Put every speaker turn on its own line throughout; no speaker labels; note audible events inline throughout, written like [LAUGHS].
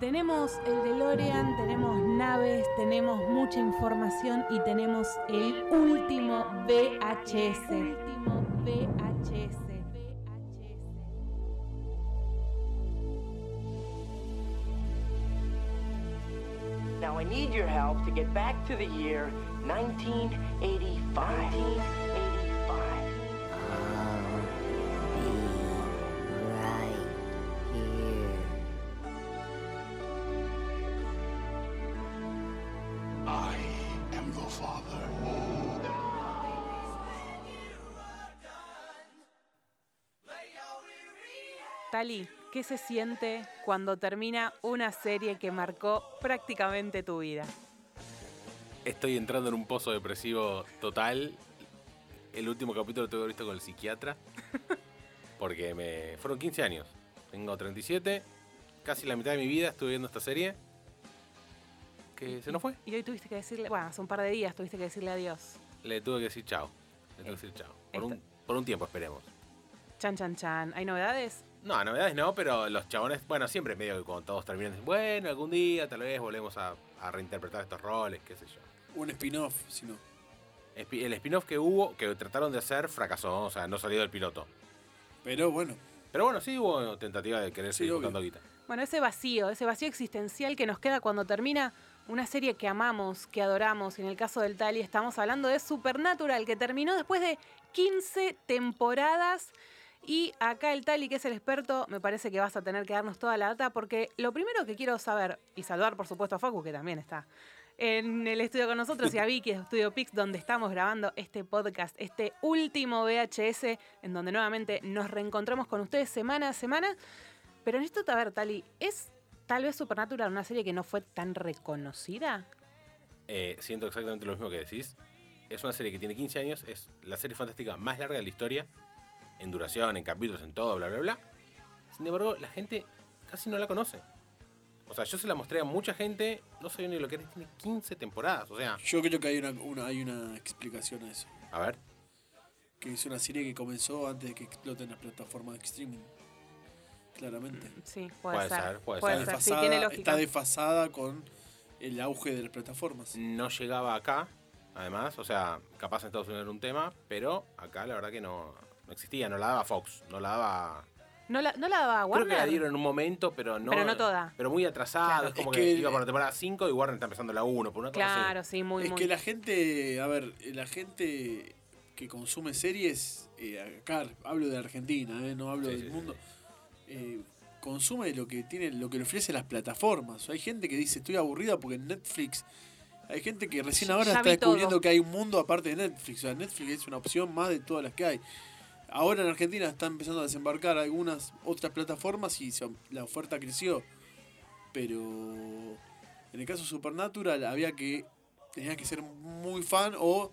Tenemos el DeLorean, tenemos naves, tenemos mucha información y tenemos el último VHS. El último VHS.
Now I need your help to get back to the year 1985. 1985.
I am the father.
Tali, ¿qué se siente cuando termina una serie que marcó prácticamente tu vida?
Estoy entrando en un pozo depresivo total. El último capítulo lo tengo visto con el psiquiatra. Porque me. Fueron 15 años. Tengo 37. Casi la mitad de mi vida estuve viendo esta serie. Que se nos fue.
Y hoy tuviste que decirle, bueno, hace un par de días tuviste que decirle adiós.
Le tuve que decir chao. Le tuve que decir chao. Por un, por un tiempo esperemos.
Chan, chan, chan. ¿Hay novedades?
No, novedades no, pero los chabones, bueno, siempre medio que cuando todos terminan, dicen, bueno, algún día tal vez volvemos a, a reinterpretar estos roles, qué sé yo.
Un spin-off, si no.
Espi- El spin-off que hubo, que trataron de hacer, fracasó, o sea, no salió del piloto.
Pero bueno,
Pero bueno, sí hubo tentativa de querer
Sí,
seguir
obvio.
juntando guita.
Bueno, ese vacío, ese vacío existencial que nos queda cuando termina una serie que amamos, que adoramos. Y en el caso del Tali estamos hablando de Supernatural, que terminó después de 15 temporadas. Y acá el Tali, que es el experto, me parece que vas a tener que darnos toda la data, porque lo primero que quiero saber, y saludar por supuesto a Facu, que también está en el estudio con nosotros, y a Vicky de Estudio Pix, donde estamos grabando este podcast, este último VHS, en donde nuevamente nos reencontramos con ustedes semana a semana. Pero necesito saber, Tali, ¿es tal vez Supernatural una serie que no fue tan reconocida?
Eh, siento exactamente lo mismo que decís. Es una serie que tiene 15 años, es la serie fantástica más larga de la historia, en duración, en capítulos, en todo, bla, bla, bla. Sin embargo, la gente casi no la conoce. O sea, yo se la mostré a mucha gente, no sabía ni lo que era, tiene 15 temporadas. O sea,
yo creo que hay una, una- hay una explicación a eso.
a ver,
Que es una serie que comenzó antes de que exploten las plataformas de streaming. Claramente.
Sí, puede,
Puede
ser.
ser, puede
puede
ser.
ser, sí,
Desfasada-
tiene
está
lógica.
desfasada con el auge de las plataformas.
no llegaba acá, además, o sea, capaz en Estados Unidos era un tema, pero acá la verdad que no, no existía, no la daba Fox, no la daba...
¿No la, ¿No la daba Warner?
Creo que la dieron en un momento, pero no...
Pero no toda.
Pero muy atrasada,
Claro,
es como
es
que,
que-
iba por la temporada 5 y Warner está empezando la 1, por una cosa así.
Claro, sí, muy,
es
muy.
que la gente, a ver, eh, la gente que consume series, eh, acá hablo de Argentina, eh, no hablo
Sí,
del
sí, sí,
mundo, eh, consume lo que tiene, lo que le ofrecen las plataformas. Hay gente que dice estoy aburrida porque en Netflix. Hay gente que recién ahora
Ya
está
vi
descubriendo
todo.
que hay un mundo aparte de Netflix. O sea, Netflix es una opción más de todas las que hay. Ahora en Argentina están empezando a desembarcar algunas otras plataformas y se- la oferta creció. Pero en el caso de Supernatural había que tenías que ser muy fan o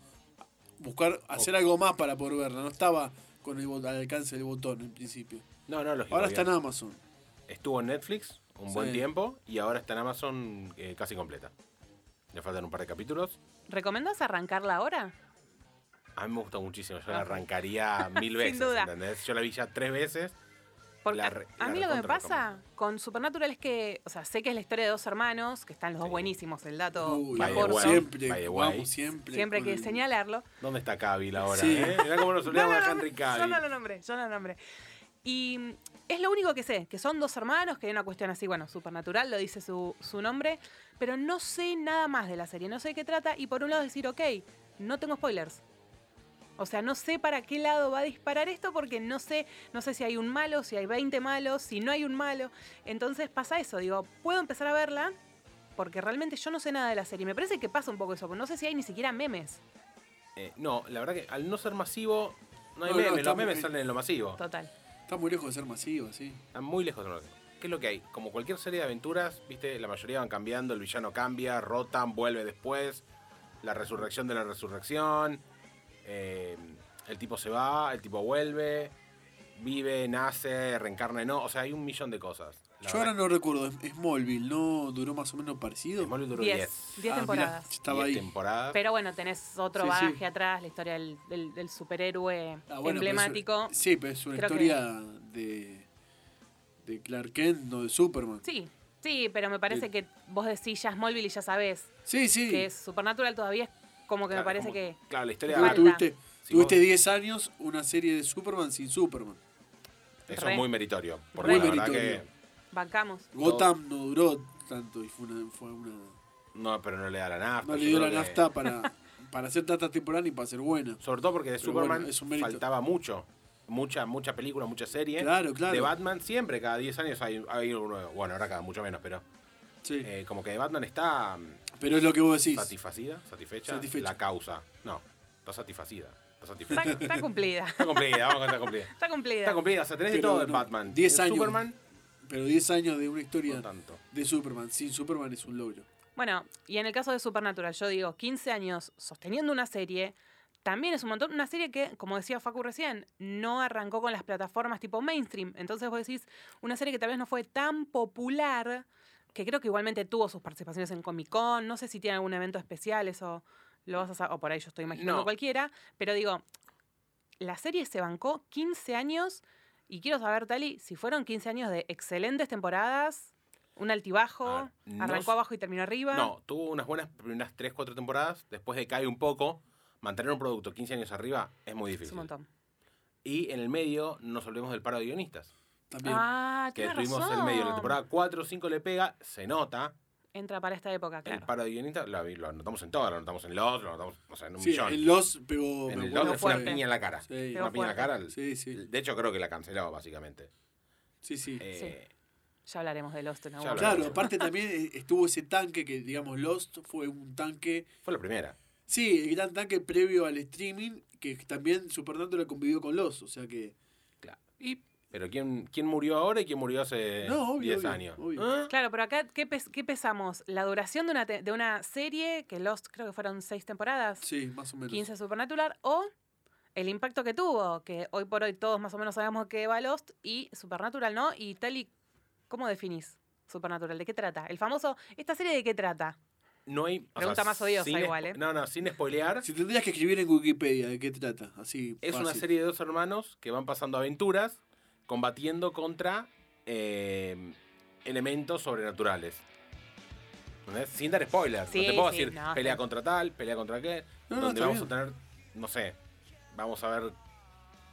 buscar hacer algo más para poder verla. No estaba con el bot- al alcance del botón en principio.
No, no, lógico.
Ahora
obvio.
está en Amazon.
Estuvo en Netflix un
Sí.
buen tiempo y ahora está en Amazon eh, casi completa. Le faltan un par de capítulos.
¿Recomendás arrancarla ahora?
A mí me gusta muchísimo, yo la
[LAUGHS]
arrancaría mil
Ah. Sin
veces,
duda.
¿entendés? Yo la vi ya tres veces.
Porque
La
a-
re-
a
la
mí lo que me
recontra
pasa con Supernatural es que, o sea, sé que es la historia de dos hermanos, que están los dos
Sí.
buenísimos, el dato
Uy,
lo
by the
aporto,
way.
siempre,
By the
vamos
way.
siempre.
siempre
con
que
el-
señalarlo.
¿Dónde está Cavill ahora?
Sí.
eh? Mirá
[LAUGHS]
cómo nos olvidamos de Henry
yo no
Cavill.
lo nombré, yo no lo nombré. Y mm, es lo único que sé, que son dos hermanos, que hay una cuestión así, bueno, supernatural, lo dice su, su nombre, pero no sé nada más de la serie, no sé de qué trata, y por un lado decir, ok, no tengo spoilers. O sea, no sé para qué lado va a disparar esto porque no sé, no sé si hay un malo, si hay 20 malos, si no hay un malo. Entonces pasa eso, digo, puedo empezar a verla porque realmente yo no sé nada de la serie. Me parece que pasa un poco eso, porque no sé si hay ni siquiera memes.
Eh, no, la verdad que al no ser masivo, no hay
No, no,
memes.
está
Los
muy
memes
bien.
salen en lo masivo.
Total.
Está muy lejos de ser masivo, sí.
Están muy lejos de lo que- ¿Qué es lo que hay? Como cualquier serie de aventuras, viste, la mayoría van cambiando, el villano cambia, rotan, vuelve después, la resurrección de la resurrección, eh, el tipo se va, el tipo vuelve, vive, nace, reencarna, no, o sea, hay un millón de cosas. La
Yo ahora
verdad.
no recuerdo, es- Smallville, ¿no duró más o menos parecido.
Smallville duró 10.
10. 10
Ah, mirá,
temporadas.
estaba
10
ahí.
temporadas.
Pero bueno, tenés otro
Sí, sí.
bagaje atrás, la historia del, del- del superhéroe
Ah, bueno, pero es una-
emblemático.
sí, pero es una
Creo que-
historia de, de Clark Kent, no de Superman.
Sí, Sí, pero me parece
Sí.
que vos decís ya Smallville y ya sabés
Sí, sí.
que es Supernatural todavía es como que
Claro,
me parece
como-
que...
Claro, la historia.
Tuve-
Falta.
Tuviste,
Sí,
tuviste
vos-
10 años una serie de Superman sin Superman.
Eso
Re.
es muy meritorio. Porque
Muy
la verdad
meritorio.
que.
Bancamos.
Gotham no duró tanto y fue una. Fue una
No, pero no le da la nafta.
no le
yo
dio la
creo que-
nafta para, [LAUGHS] para hacer tanta temporada ni para ser buena.
Sobre todo porque de
Pero
Superman
bueno, es un mérito.
faltaba mucho. Mucha, mucha película, mucha serie.
Claro, claro.
De Batman siempre, cada 10 años hay, hay uno nuevo. Bueno, ahora cada mucho menos, pero.
Sí.
eh, como que de Batman está mm,
Pero es lo que vos decís.
satisfacida, satisfecha,
Satisfecha.
la causa. No, está satisfacida. Está satisfecha.
Está,
[LAUGHS]
está cumplida.
Está cumplida, vamos a estar cumplida.
Está cumplida.
Está cumplida, o sea, tenés de
Pero
todo en
no,
Batman.
10
En
años.
Superman,
Pero 10 años de una
no
historia
tanto.
de Superman sin Superman es un logro.
Bueno, y en el caso de Supernatural, yo digo, 15 años sosteniendo una serie, también es un montón. Una serie que, como decía Facu recién, no arrancó con las plataformas tipo mainstream. Entonces vos decís, una serie que tal vez no fue tan popular, que creo que igualmente tuvo sus participaciones en Comic Con, no sé si tiene algún evento especial, eso lo vas a saber, o por ahí yo estoy imaginando
No.
cualquiera, pero digo, la serie se bancó 15 años y quiero saber, Tali, si fueron 15 años de excelentes temporadas, un altibajo,
A ver, no
arrancó
sé-
abajo y terminó arriba.
No, tuvo unas buenas primeras 3, 4 temporadas, después decae un poco. Mantener un producto 15 años arriba es muy
Es
difícil.
un montón.
Y en el medio nos olvidemos del paro de guionistas.
También.
Ah,
Que
tenés
tuvimos
razón.
el medio, la temporada 4 o 5 le pega, se nota.
Entra para esta época,
El
claro.
paro de guionistas lo, lo anotamos en todo, lo anotamos en Lost, lo anotamos o sea, en un
sí,
millón.
en Los pegó.
en
me acuerdo
el Lost
Pegó
le fue una
fuerte.
piña en la cara.
Sí,
Pegó
Una piña en la cara. el-
sí, sí.
De hecho, creo que la canceló, básicamente.
sí, sí.
Eh,
Ya hablaremos de Lost en algún
Ya
momento.
[LAUGHS]
Claro, aparte también eh, estuvo ese tanque que, digamos, Lost fue un tanque.
Fue la primera.
Sí, el gran tanque previo al streaming, que también Supernatural convivió con Lost, o sea que.
Y, pero ¿quién, ¿quién murió ahora y quién murió hace
No, obvio,
10
obvio,
años?
obvio.
¿Ah?
Claro, pero acá, ¿qué, pes- qué pesamos? La duración de una, te- de una serie, que Lost creo que fueron seis temporadas,
Sí, más o menos.
15 Supernatural, o el impacto que tuvo, que hoy por hoy todos más o menos sabemos que va Lost y Supernatural, ¿no? Y Tali, ¿cómo definís Supernatural? ¿De qué trata? El famoso, ¿esta serie de qué trata?
No hay. o
Pregunta más odiosa
sin
igual,
espo-
¿eh?
No, no, sin spoilear.
Si tendrías que escribir en Wikipedia de qué trata, así.
Es una
fácil.
serie de dos hermanos que van pasando aventuras combatiendo contra eh, elementos sobrenaturales. ¿Entendés? Sin dar spoilers.
Sí,
no te puedo
sí,
decir
no,
pelea
sí.
contra tal, pelea contra qué.
No, no,
donde
está
vamos
bien.
a tener, no sé, vamos a ver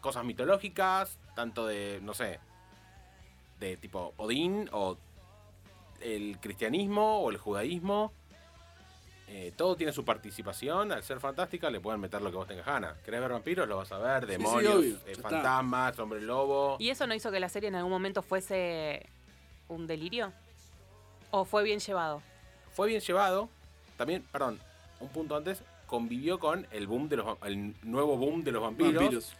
cosas mitológicas, tanto de, no sé, de tipo Odín o el cristianismo o el judaísmo. Eh, todo tiene su participación. Al ser fantástica, le pueden meter lo que vos tengas ganas. ¿Querés ver vampiros? Lo vas a ver.
sí,
Demonios,
obvio,
eh,
ya está.
fantasmas, hombre lobo.
¿Y eso no hizo que la serie en algún momento fuese un delirio? ¿O fue bien llevado?
Fue bien llevado. También, perdón, un punto antes. Convivió con el boom de los va- el nuevo boom de los vampiros,
Vampiros.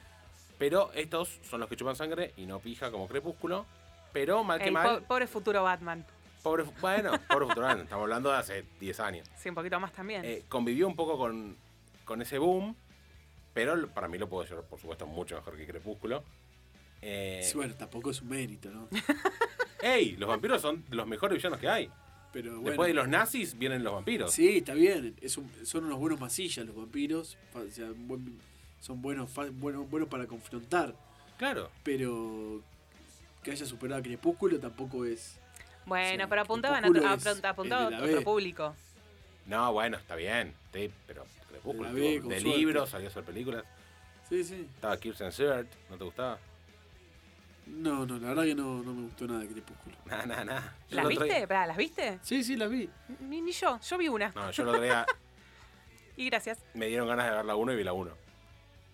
Pero estos son los que chupan sangre y no pija como crepúsculo. Pero mal que
El
mal.
po- pobre futuro Batman.
Pobre, fu- bueno, pobre Futurano, estamos hablando de hace 10 años.
Sí, un poquito más también.
Eh, convivió un poco con, con ese boom, pero lo- para mí lo puedo decir, por supuesto, mucho mejor que Crepúsculo. Eh,
Sí, bueno, tampoco es un mérito,
[LAUGHS]
¿no?
¡Ey! Los vampiros son los mejores villanos que hay.
Pero bueno.
Después de los nazis vienen los vampiros.
Sí, está bien. Es un- son unos buenos masillas los vampiros. fa- o sea, buen- son buenos, fa- buenos, buenos para confrontar.
Claro.
Pero que haya superado a Crepúsculo tampoco es.
bueno,
sí,
pero apuntaban a
Crepúsculo
otro,
es-
apro- apuntaba
es
a
de la
otro,
B.
público.
No, bueno, está bien. sí, pero Crepúsculo.
La ve
estuvo
con
de
suerte.
libros, salió a hacer películas.
Sí, sí.
Estaba Kirsten Stewart, ¿no te gustaba? [LAUGHS]
No, no, la verdad que no, no me gustó nada de Crepúsculo.
Nada, nada, nada. Yo
¿Las
el otro
viste?
día-
Pará, ¿Las viste?
Sí, sí, la vi.
Ni, ni yo, yo vi una.
No, yo lo traía.
Y gracias.
me dieron ganas de ver la 1 y vi la 1.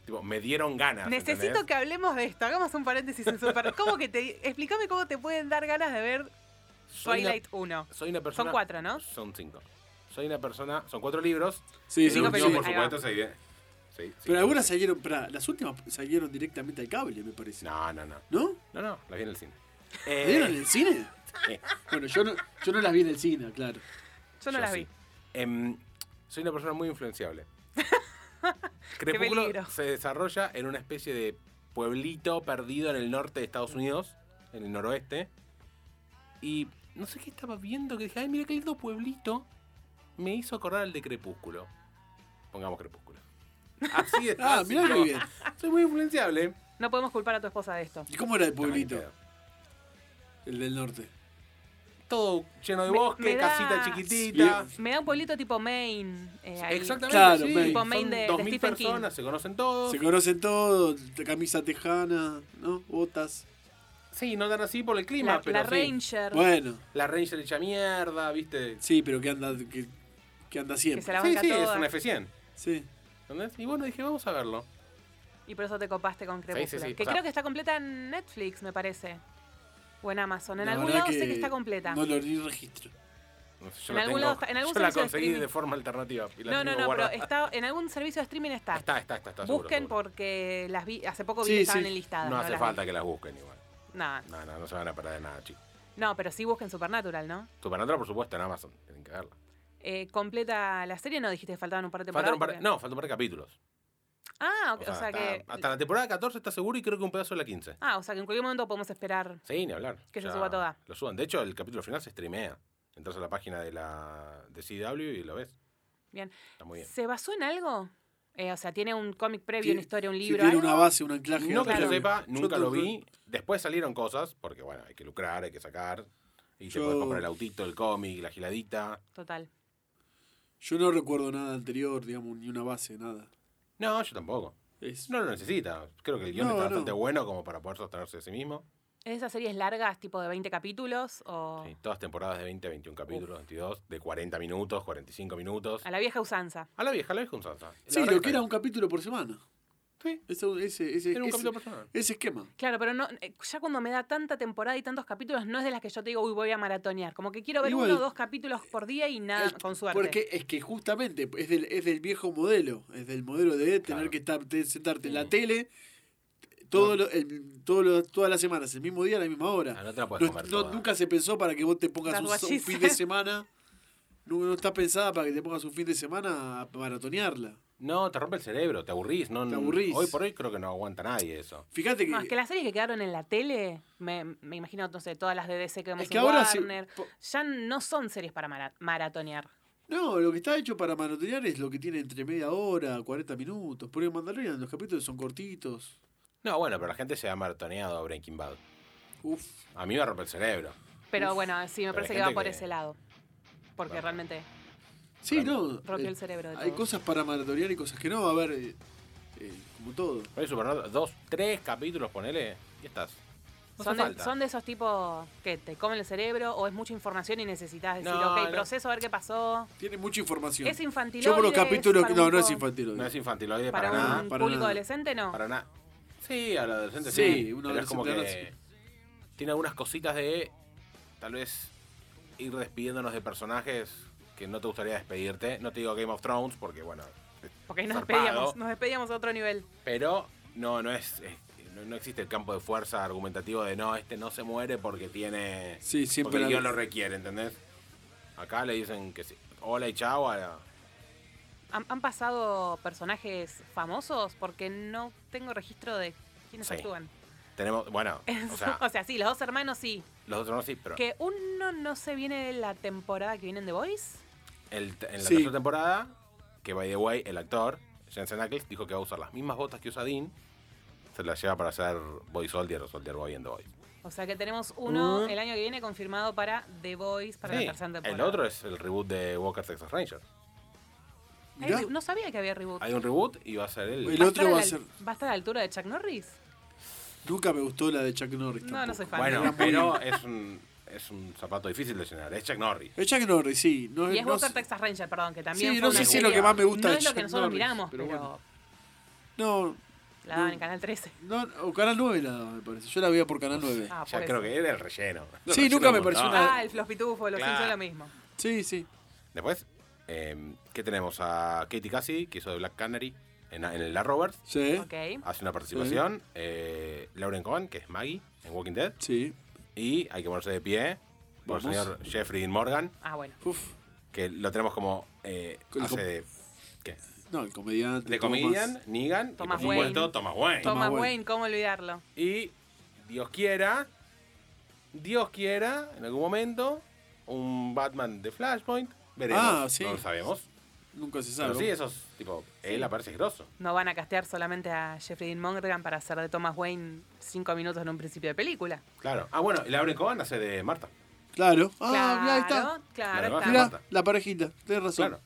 Tipo, me dieron ganas.
Necesito que hablemos de esto. Hagamos un paréntesis en Super. ¿Cómo que te, explícame cómo te pueden dar ganas de ver Twilight 1.
Soy una persona.
Son cuatro, ¿no?
Son cinco. Soy una persona. Son cuatro libros.
Sí,
El
sí,
Cinco
sí.
último,
películas.
por
ahí
supuesto,
va.
se viene. Sí, sí.
Pero algunas salieron. pará, las últimas salieron directamente al cable, me parece.
No, no, no.
¿No?
No, no, la vi en el cine.
¿La vieron en el cine?
Eh,
Bueno, yo no, yo no las vi en el cine, claro.
Yo no
yo
las
sí.
vi.
Em, soy una persona muy influenciable.
[LAUGHS] peligro.
Crepúsculo se desarrolla en una especie de pueblito perdido en el norte de Estados Unidos, en el noroeste. Y no sé qué estaba viendo, que dije, ay, mira qué lindo pueblito. Me hizo acordar al de Crepúsculo. Pongamos Crepúsculo. Así es.
[LAUGHS] Ah, mirá qué bien.
Soy muy influenciable.
No podemos culpar a tu esposa de esto.
¿Y cómo era el
No, ni
pueblito?
pedo.
El del norte.
todo lleno de
Me-
bosque,
me da-
casita chiquitita.
Me da un pueblito tipo Maine. eh, ahí.
Exactamente,
Claro,
sí.
Maine.
Son
Tipo
Maine de- de
2000
Stephen King.
personas, se conocen todos.
Se conocen todos, camisa tejana, ¿no? Botas.
Sí, no tan así por el clima,
La,
pero
la
sí.
Ranger.
Bueno,
La Ranger hecha mierda, ¿viste?
sí, pero que anda, que, que anda
que se
siempre.
la
sí,
banca
sí,
toda.
es una F100.
Sí.
¿Entendés? Y bueno, dije, vamos a verlo.
Y por eso te copaste con Crepúsculo.
sí, sí.
Que
O sea-
creo que está completa en Netflix, me parece. O en Amazon. En
La
algún
verdad
lado sé que está completa.
No lo ni registro.
No sé, Yo
En
la,
algún
tengo-
lado- en algún
yo la
servicio de
conseguí de
streaming.
forma alternativa. y la
No, no,
tengo
no, pero
guardada.
está, en algún servicio de streaming está.
Está, está, está. está seguro,
Busquen
seguro.
porque las vi, hace poco vi
Sí,
que estaban
sí.
enlistadas.
No hace
Las
falta
vi.
que las busquen igual.
No,
No, no, no se van a perder de nada, chicos.
no, pero sí busquen Supernatural, ¿no?
Supernatural, por supuesto, en Amazon. Tienen que verla.
Eh, completa la serie, no dijiste que faltaban un par de temporadas.
Faltan un par,
porque-
no, faltan un par de capítulos.
Ah,
O
ok,
sea,
o sea
hasta,
que.
hasta la temporada 14 está seguro y creo que un pedazo de la 15.
Ah, o sea que en cualquier momento podemos esperar.
Sí, ni hablar.
Que se
Ya
suba toda.
Lo suban. De hecho, el capítulo final se streamea. Entras a la página de la de CW y lo ves.
Bien.
Está muy bien.
¿Se basó en algo? Eh, o sea, ¿tiene un cómic previo,
Tiene-
una historia, un
sí,
libro?
tiene
algo?
una base, un anclaje.
No que
algo.
yo sepa,
Yo
nunca lo
creo que-
vi. Después salieron cosas, porque bueno, hay que lucrar, hay que sacar. Y se
Yo-
puede comprar el autito, el cómic, la giladita.
Total.
Yo no recuerdo nada anterior, digamos, ni una base, nada.
No, yo tampoco.
Es-
No lo necesita. Creo que el guión
No,
está
no.
bastante bueno como para poder sostenerse de sí mismo.
¿Esas series largas, tipo de 20 capítulos? O
Sí, todas temporadas de 20, 21 capítulos, 22, de 40 minutos, 45 minutos.
a la vieja usanza.
A la vieja, a la vieja con salsa. La
Sí,
verdad
lo que era
está
un capítulo por semana.
bien. Sí,
Eso- ese, ese,
era un
ese-
capítulo personal.
ese esquema.
Claro, pero no, eh, ya cuando me da tanta temporada y tantos capítulos, no es de las que yo te digo, uy, voy a maratonear. Como que quiero ver
Igual-
uno o dos capítulos por día y nada,
Es-
con suerte.
Porque es que justamente es del, es del viejo modelo, es del modelo de tener
Claro.
que estar, de sentarte en la
Sí.
tele todo lo- el- todo lo- todas las semanas, el mismo día, a la misma hora.
Ah, no te la podés
No-
comer
no-
toda.
nunca se pensó para que vos te pongas
Las
un, un
guayizas.
fin de semana. No, no está pensada para que te pongas un fin de semana a maratonearla.
No, te rompe el cerebro, te aburrís. No,
Te
no-
aburrís.
Hoy por hoy creo que no aguanta nadie eso.
Fíjate que,
No, es que las series que quedaron en la tele, me, me imagino, no sé, todas las de DC que vemos
Es que
en
ahora sí,
Warner,
po-
ya no son series para mara- maratonear.
no, lo que está hecho para maratonear es lo que tiene entre media hora, 40 minutos. Por el Mandalorian los capítulos son cortitos.
No, bueno, pero la gente se ha maratoneado a Breaking Bad.
Uf.
A mí me rompe el cerebro.
Pero bueno, sí, me
Pero
parece
hay
que va
gente
por
que-
ese lado. Porque
Bueno.
realmente
Sí, no.
rompió
eh,
el cerebro de
Hay
todos.
cosas para maratonear y cosas que no. A ver, eh, eh, como todo.
Hoy Supernatural, dos, tres capítulos, ponele, y estás. No
son,
hace
de,
falta.
son de esos tipos que te comen el cerebro o es mucha información y necesitas decir,
No,
ok,
no.
proceso a ver qué pasó.
Tiene mucha información.
Es infantil.
Yo por los capítulos. que- No, no es
infantil.
infantil.
No es infantiloide para,
Para,
nada.
un
para
público
nada.
adolescente, no.
Para nada. Sí, a los adolescentes sí.
Sí, un
pero es como que
adolescente
tiene algunas cositas de tal vez ir despidiéndonos de personajes que no te gustaría despedirte. No te digo Game of Thrones porque bueno,
Porque ahí nos
Zarpado.
despedíamos, nos despedíamos a otro nivel.
pero no no es, es- no, no existe el campo de fuerza argumentativo de no, este no se muere porque tiene
Sí,
porque
siempre.
el
la-
guión lo requiere, ¿entendés? Acá le dicen que sí. Hola y chao a la-
¿Han, han pasado personajes famosos? Porque no tengo registro de quiénes
Sí.
actúan. [LAUGHS]
tenemos, bueno, o sea,
sí, los dos hermanos sí.
los otros no sí, pero
Que uno no se viene de la temporada que vienen de Boys.
el te- en la
Sí.
tercera temporada, que by the way, el actor, Jensen Ackles, dijo que va a usar las mismas botas que usa Dean, se las lleva para hacer Boy Soldier o Soldier Boy en The Boys.
O sea que tenemos uno
Mm.
el año que viene confirmado para The Boys, para
Sí,
la tercera temporada.
el otro es el reboot de Walker Texas Ranger.
Hay
Mirá,
re- no sabía que había reboot.
Hay un reboot y va a ser el...
El otro
estar
va a
la-
ser.
¿Va a estar a la altura de Chuck Norris?
Nunca me gustó la de Chuck Norris.
No, no
tampoco.
soy fan.
Bueno, pero es un, es un zapato difícil de llenar. Es Chuck Norris.
El Chuck Norris, sí. No,
Y es
no
Walker
sé-
Texas Ranger, perdón, que también.
Sí,
fue
no
una
sé si es
serie-
lo que más me
No
gusta de
es lo que
Chuck
nosotros
Norris,
miramos, pero,
pero bueno. Mm. No,
la daban en Canal 13.
no, o Canal 9 la daba, me parece. Yo la veía por Canal 9.
Ah,
ya
por
creo
eso.
que era el relleno.
Sí,
Relleno
nunca me
un
pareció
montón.
una-
Ah, el Flos Pitufo, los
Claro.
hizo lo mismo.
Sí, sí.
Después, eh, ¿qué tenemos? A Katie Cassie, que hizo de Black Canary en, en La Roberts.
Sí.
Ok.
hace una participación. Eh, Lauren Cohen, que es Maggie en Walking Dead.
Sí.
Y hay que ponerse de pie por el
Vamos.
señor Jeffrey Dean Morgan,
Ah, bueno.
Uf.
que lo tenemos como eh,
Con-
hace de, ¿qué?
No, el comediante.
de
Thomas.
comedian, Negan, y
Thomas
por supuesto
Wayne.
Thomas Wayne.
Thomas
Wayne.
Wayne, ¿cómo olvidarlo?
Y Dios quiera, Dios quiera, en algún momento, un Batman de Flashpoint. Veremos,
Ah, sí.
no lo sabemos.
Nunca se
Pero
sabe.
sí, esos, tipo, él aparece grosso.
No van a castear solamente a Jeffrey Dean Morgan para hacer de Thomas Wayne cinco minutos en un principio de película.
Claro. Ah, bueno, y Lauren Cohen hace de Marta.
Claro. Ah,
claro,
mirá, ahí está.
claro,
Claro,
está.
Mirá, la parejita. Tenés razón.
Claro.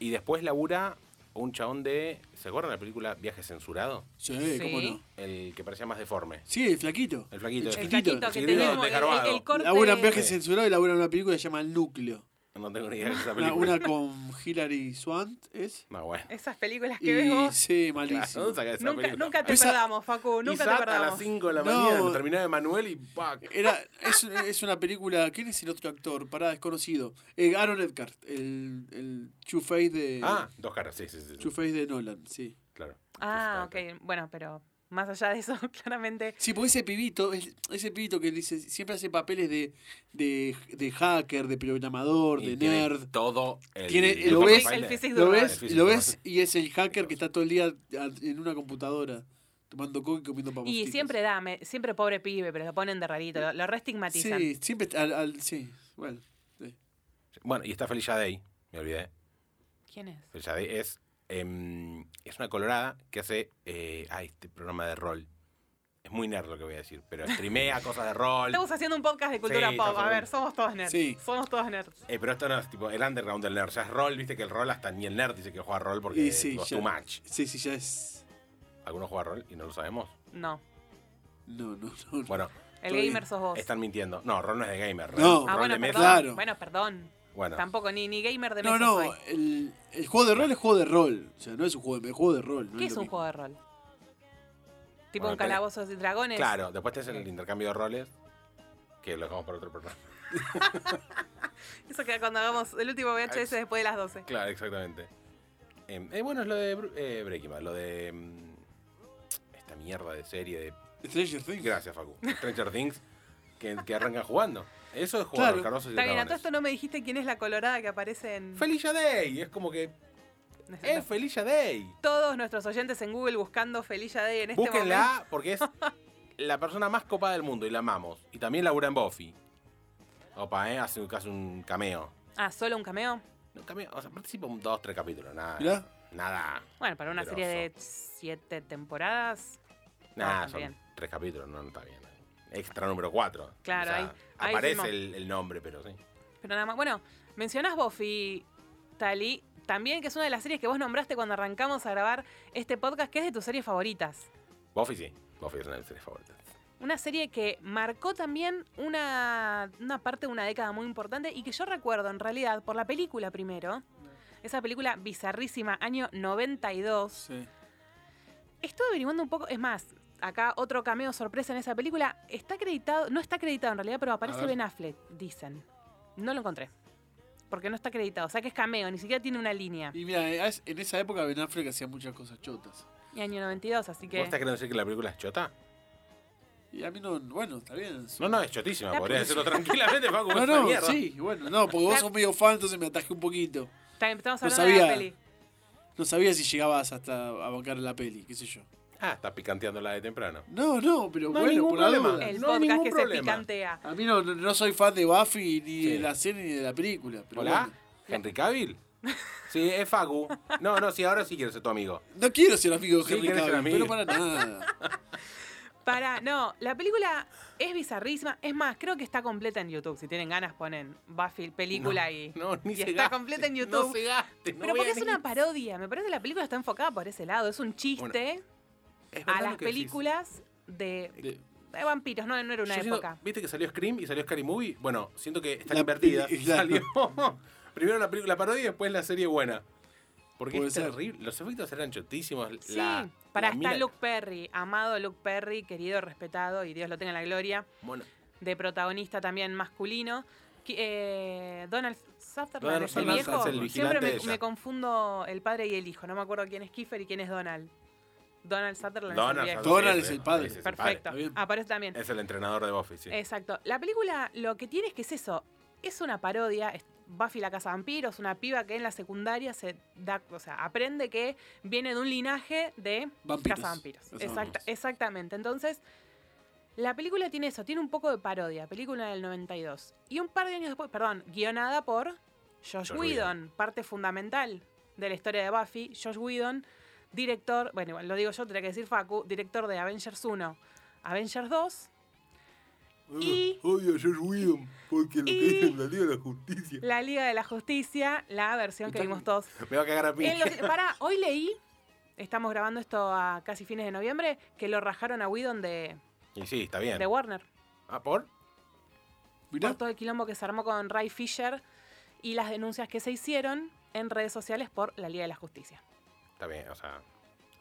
Y después labura un chabón de. ¿Se acuerdan de la película Viaje Censurado?
Sí,
Sí.
cómo no.
El que parecía más deforme.
Sí, el flaquito.
El flaquito.
El
chiquitito,
caquito que
el
tenemos, el,
desgarbado.
el- el corte.
Labura en viaje
Sí.
censurado y labura en una película que se llama El Núcleo.
No tengo ni idea de esa
Una,
película.
Ah, una con Hilary Swant,
[LAUGHS]
¿es?
[LAUGHS] No, bueno.
Esas películas que ves
Y
vos.
sí,
Claro,
malísimo.
¿dónde saca esa
Nunca,
película?
nunca te
Esa-
perdamos, Facu, nunca
Isaac
te
a las
perdamos.
5 de la
No. Eh,
mañana, lo terminaba de Manuel y ¡pac!
Era, es, es una película. ¿Quién es el otro actor? Pará, desconocido. Eh, Aaron Edgard, el, el Two-Face de,
Ah, dos caras, sí, sí, sí. sí.
Two-Face de Nolan, sí.
Claro.
Ah,
Está, está.
ok. Bueno, pero más allá de eso, [LAUGHS] claramente.
Sí, porque ese pibito, es- ese pibito que dice, siempre hace papeles de, de, de hacker, de programador,
Y
de
tiene
nerd.
Todo el.
Tiene-
el
lo
papel
ves-
baile.
El físico-
Lo
Durban.
ves,
Sí, sí,
lo
Durban.
ves y es el hacker que está todo el día a- en una computadora tomando coca y comiendo papas.
Y siempre dame, siempre pobre pibe, pero lo ponen de rarito, lo, lo restigmatizan.
Sí, siempre al, al- sí, bueno. sí.
Bueno, y está Felicia Day, me olvidé.
¿Quién es?
Felicia Day es, em, es una colorada que hace eh, ay, este programa de rol. Es muy nerd lo que voy a decir, pero streamea [LAUGHS] cosas de rol.
Estamos haciendo un podcast de cultura
Sí,
pop.
estamos
A ver,
hablando.
somos todos nerds.
Sí.
Somos todos nerds.
Eh, pero esto no es tipo el underground del nerd, ya es rol, viste que el rol hasta ni el nerd dice que juega rol porque
Y
es
sí,
tipo, es
ya-
too much.
Sí, sí, ya es.
Algunos juegan rol y no lo sabemos.
No.
No, no, no. no.
Bueno,
El
Estoy-
gamer sos vos.
están mintiendo. No, rol no es de gamer.
No.
rol,
Ah,
rol
bueno, perdón.
de mesa.
Claro.
Bueno, perdón.
Bueno,
Tampoco, ni, ni gamer de
No, eh,
mesa
no,
soy.
el, el juego de rol es juego de rol. O sea, no es un juego de, es juego de rol.
¿Qué
no lo
es un
mismo.
juego de rol? Tipo
Bueno,
un
tenés-
calabozo de dragones.
claro, después tenés el intercambio de roles, que lo dejamos para otro programa.
Eso queda cuando hagamos el último VHS después de las 12.
Claro, exactamente. Eh, eh, bueno, es lo de Bru- eh, Breaking Bad, lo de. mm, esta mierda de serie de.
Stranger Things.
Gracias, Facu.
[LAUGHS]
Stranger Things, que, que arrancan jugando. Eso es jugar
Claro.
claro.
Está
y
bien, a todo
dragones.
esto no me dijiste quién es la colorada que aparece en.
Felicia Day, es como que. ¡Es Felicia Day!
Todos nuestros oyentes en Google buscando Felicia Day en este momento.
Búsquenla
[LAUGHS]
porque es la persona más copada del mundo y la amamos. Y también labura en Buffy. Opa, ¿eh? Hace casi un cameo.
Ah, solo un cameo.
No, cameo, o sea, participa un dos, tres capítulos, nada.
Mirá.
Nada.
Bueno, para una
Grosso.
serie de siete temporadas.
Nada,
Ah,
son
también.
tres capítulos, no, no está bien. Extra número cuatro.
Claro,
O sea,
ahí- ahí
aparece
firmó.
el, el nombre, pero sí.
Pero nada más. Bueno, mencionás Buffy, Tali, también, que es una de las series que vos nombraste cuando arrancamos a grabar este podcast, que es de tus series favoritas.
Buffy sí. Buffy es una de mis series favoritas.
Una serie que marcó también una, una parte de una década muy importante y que yo recuerdo en realidad por la película primero. Esa película bizarrísima, año 92.
Sí.
Estuve averiguando un poco, es más, acá otro cameo sorpresa en esa película. Está acreditado, no está acreditado en realidad, pero aparece
ver.
Ben Affleck, dicen. No lo encontré. Porque no está acreditado. O sea que es cameo, ni siquiera tiene una línea.
Y mira, eh, es- en esa época Ben Affleck hacía muchas cosas chotas.
Y año 92, así que.
¿Vos estás queriendo decir que la película es chota?
Y a mí no, bueno, está bien. es-
No, no, es chotísima.
La
Podrías decirlo tranquilamente,
[LAUGHS]
Facu.
No,
es
no,
una mierda.
sí, bueno, no, porque vos sos medio fan, entonces me atajé un poquito.
Está bien, Estamos
No
hablando de la
sabía.
peli.
No sabía si llegabas hasta a bancar la peli, qué sé yo.
Ah, estás picanteando la de temprano.
No, no, pero
No hay
bueno,
ningún
por la
problema.
duda.
El
No hay
podcast
ningún
que se
problema.
picantea.
A mí no, no- no soy fan de Buffy ni
Sí.
de la serie ni de la película. Pero
¿Hola?
bueno.
¿Henry Cavill? Sí, es Facu. No, no, sí, ahora sí quiero ser
[LAUGHS]
tu amigo.
No quiero ser amigo
Sí,
de Henry
querés ser
Cavill,
amigo.
pero para nada.
Para, no, la película es bizarrísima. Es más, creo que está completa en YouTube. Si tienen ganas, ponen Buffy película y,
No, ni
y
se
está
gaste,
completa en
No
YouTube.
se gaste. no
pero
voy
porque
a
es
ni-
una parodia. Me parece que la película está enfocada por ese lado. Es un chiste
Es verdad
a
lo
las
que decís.
películas de
De-
De vampiros, no, no era una
Yo siento-
época.
¿Viste que salió Scream y salió Scary Movie? Bueno, siento que están
La
invertidas. [LAUGHS]
peli- claro.
Salió primero la película parodia y después la serie buena. Porque
Puede
es
ser.
terrible. Los efectos eran chotísimos.
Sí,
la,
para
la
estar
mina-
Luke Perry, amado Luke Perry, querido, respetado y Dios lo tenga en la gloria,
Bueno,
de protagonista también masculino. Qui- eh, Donald Sutherland,
Donald
ese
Sutherland
viejo,
es el
siempre
vigilante
me,
de ella.
me confundo el padre y el hijo, no me acuerdo quién es Kiefer y quién es Donald. Donald Sutherland
Donald,
es el viejo.
Sutherland. Donald
sí,
es el padre.
sí, es el
Perfecto,
Está bien.
aparece también.
padre. Es el entrenador de Buffy, sí.
Exacto. La película lo que tiene es que es eso. Es una parodia. es Buffy la Casa Vampiros, una piba que en la secundaria se da, o sea, aprende que viene de un linaje de
Vampiros.
Casa Vampiros.
Casa vampiros.
exactamente. Entonces, la película tiene eso, tiene un poco de parodia, película del 92. Y un par de años después, perdón, guionada por Josh,
Josh
Whedon,
Whedon.
parte fundamental de la historia de Buffy, Josh Whedon, director, bueno, igual lo digo yo, tenía que decir Facu, director de Avengers 1, Avengers 2,
Ah,
Y-
Odio a George William porque lo que
Y-
dicen la Liga de la Justicia.
La Liga de la Justicia, la versión que
Está-
vimos todos.
[LAUGHS] Me va a cagar a mí.
En los- pará, hoy leí, estamos grabando esto a casi fines de noviembre, que lo rajaron a Whedon de,
Y sí, está bien.
de Warner.
¿Ah, por?
Mirá,
Por todo el quilombo que se armó con Ray Fisher y las denuncias que se hicieron en redes sociales por la Liga de la Justicia.
Está bien, o sea.